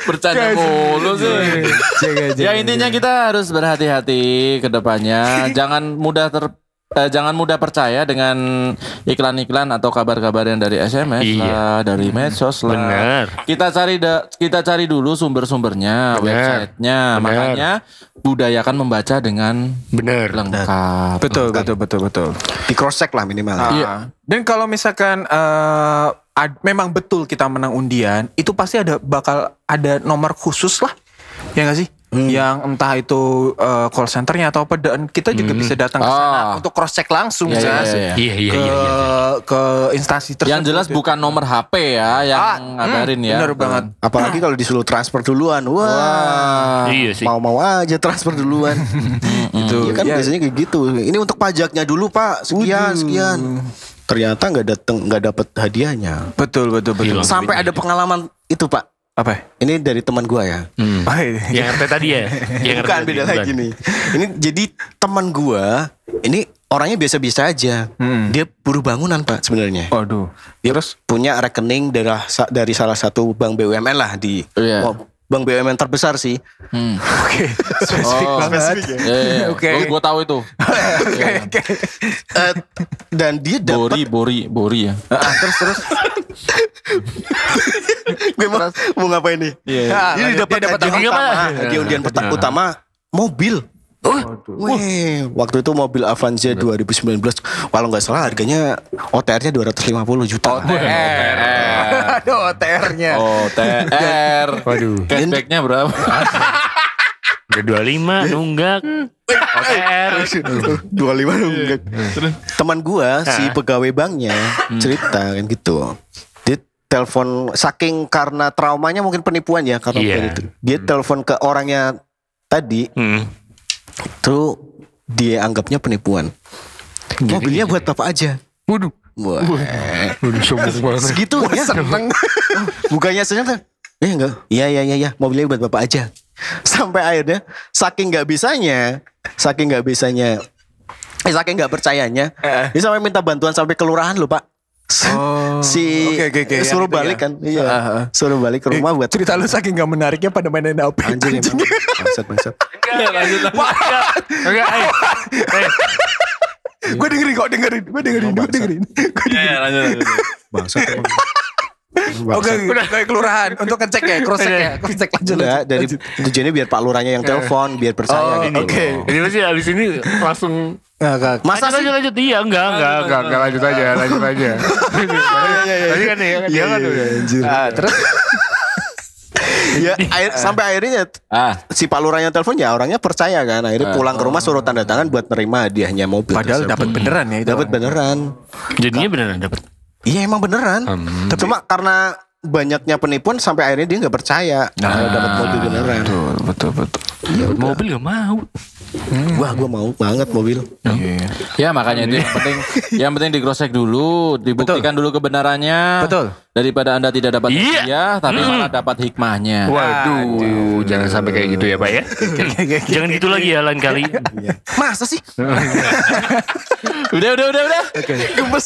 C: Bercanda mulu
B: Iya,
C: sih. Ya intinya kita harus berhati-hati ke depannya. jangan mudah ter eh, jangan mudah percaya dengan iklan-iklan atau kabar-kabar yang dari SMS
D: Iya.
C: lah, dari
B: Hmm.
C: medsos lah.
D: Bener.
C: Kita cari da- kita cari dulu sumber-sumbernya, websitenya. Makanya budayakan membaca dengan
D: Bener.
C: lengkap.
B: Betul, betul, betul, betul.
A: Di cross check lah minimal.
C: Iya.
B: Dan kalau misalkan eh, ad- memang betul kita menang undian, itu pasti ada bakal ada nomor khusus lah, ya nggak sih? Yang entah itu eh, call centernya atau apa dan kita juga bisa datang ke sana
C: Ah.
B: untuk cross check langsung
C: Iya,
B: kan?
C: iya, iya.
D: Iya, iya,
B: ke
D: iya. iya.
B: ke instansi tersebut.
C: Yang jelas bukan nomor HP ya yang
B: Ah,
C: ngabarin
B: hmm,
C: ya.
B: Bener banget.
A: Apalagi kalau disuruh transfer duluan. Wah.
C: Wah.
D: Iya sih.
A: Mau-mau aja transfer duluan.
B: Itu
A: Iya kan biasanya kayak gitu. Ini untuk pajaknya dulu, Pak. Sekian, sekian. Ternyata nggak dateng, nggak dapat hadiahnya.
B: betul betul betul.
D: Hilang.
A: Sampai ada pengalaman itu, Pak.
B: Apa? ya?
A: Ini dari teman gua ya.
B: Oh, iya.
D: Yang RT tadi ya? Yang RT
A: Bukan
D: tadi,
A: beda
D: bukan.
A: lagi nih. Ini jadi teman gua, ini orangnya biasa-biasa aja. Dia buruh bangunan, Pak, sebenarnya.
B: Waduh.
A: Dia Hmm. terus punya rekening dari sa- dari salah satu bank BUMN lah di
C: Iya.
A: oh, bank BUMN terbesar sih.
C: Hmm.
B: Oke. Spesifik
C: Oh.
B: banget.
C: Iya, iya, iya.
B: Oke.
C: Gue tahu itu.
B: Oke oke.
A: Eh, dan dia dapat
C: Bori, Bori, Bori ya.
B: Ah, Terus terus.
A: gue mau, mau ngapain nih? Nah,
B: Ah,
A: Dia dapat
B: dapat
A: hadiah
D: apa?
A: utama,
D: Iya.
A: hadiah undian peta- utama mobil. Wih, waktu itu mobil Avanza 2019 kalau nggak salah harganya OTR-nya 250 juta.
C: OTR.
B: Aduh,
A: eh.
B: OTR-nya.
C: OTR. Oh,
E: Waduh.
C: Cashbacknya berapa?
D: Ada 25 nunggak. OTR.
A: 25
D: Iya,
A: enggak. Teman gua si pegawai banknya
D: Hmm.
A: cerita kan gitu. Dia telepon saking karena traumanya mungkin penipuan ya karena
D: Iya.
A: kayak gitu. Dia telepon ke orangnya tadi
D: Hmm.
A: tuh dia anggapnya penipuan. Mobilnya buat bapak aja.
E: Waduh.
A: Wah,
E: Waduh sombong banget.
A: segitu ya. Bukannya seneng kan? Eh enggak. Iya iya iya ya. mobilnya buat bapak aja. Sampai akhirnya saking nggak bisanya, saking nggak bisanya, eh, saking nggak percayanya, dia sampai minta bantuan sampai kelurahan loh pak.
B: Eh. Oh,
A: si
B: oke, oke, oke, yang
A: suruh
B: itu
A: balik
B: ya.
A: kan, iya,
B: Ah, ah.
A: suruh balik ke rumah buat
B: cerita lu saking gak menariknya pada ya? mainin HP
A: anjir emang. bangsat bangsat.
D: Enggak, eh. Eh,
B: gue dengerin kok dengerin gue dengerin gue dengerin
A: Bangsat emang.
B: oke oke, ke kelurahan untuk ngecek ya cross check ya cross check lanjut
A: Enggak,
B: lanjut.
A: dari tujuannya biar Pak Lurahnya yang telepon, biar percaya
B: Oh,
A: gitu. loh.
B: oke.
D: Jadi pasti abis ini langsung
B: Nah, Kak.
A: Masa sih?
D: lanjut, lanjut, lanjut. Iya, enggak, enggak, enggak, enggak lanjut aja, lanjut aja.
C: Iya,
D: Tadi kan ya, dia kan udah.
B: Ah, terus
A: ya akhir- sampai akhirnya t-
C: Ah.
A: si Pak Lurah yang telepon ya orangnya percaya kan
B: Ah.
A: akhirnya pulang ke rumah suruh tanda tangan buat nerima hadiahnya mobil
B: Padahal dapat beneran Hmm. ya itu.
A: dapat beneran
D: Jadinya beneran dapat.
A: iya emang beneran cuma karena banyaknya penipuan sampai akhirnya dia nggak percaya kalau dapat mobil beneran
B: Ah, Betul, betul, betul.
D: Mobil gak mau.
A: wah gue mau banget mobil
B: Iya.
C: Ya makanya itu yang penting yang penting digrosek dulu, dibuktikan dulu kebenarannya.
B: Betul.
C: Daripada Anda tidak dapat
D: Iya.
C: hadiah tapi malah dapat hikmahnya.
D: Waduh, jangan sampai kayak gitu ya, Pak ya. jangan gitu lagi ya lain kali.
A: masa sih
C: Udah udah udah udah.
A: gemes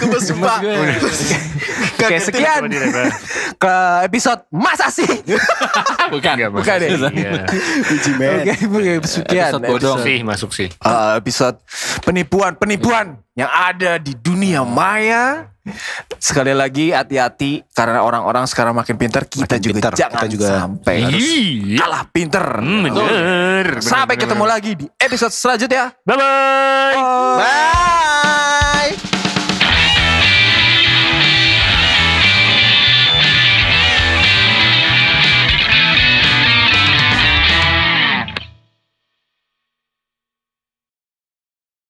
A: gemes sumpah
B: Oke,
A: Kaget
B: sekian
D: Coba direk, Pak.
B: ke episode masa sih.
C: Bukan.
D: Nggak
B: Bukan ya?
D: masuk. Iya.
A: Uji men
B: Oke, oke, sekian.
C: Episode bodong.
D: Sih masuk sih.
B: Eh, episode penipuan-penipuan yang ada di dunia maya. Sekali lagi hati-hati karena orang-orang sekarang makin pintar, kita
A: Makin
B: juga
A: pintar,
B: jangan
A: kita juga
B: sampai
D: Iya.
B: kalah pinter.
D: Hmm, bener.
B: Sampai ketemu lagi di episode selanjutnya.
D: Bye bye.
B: Bye.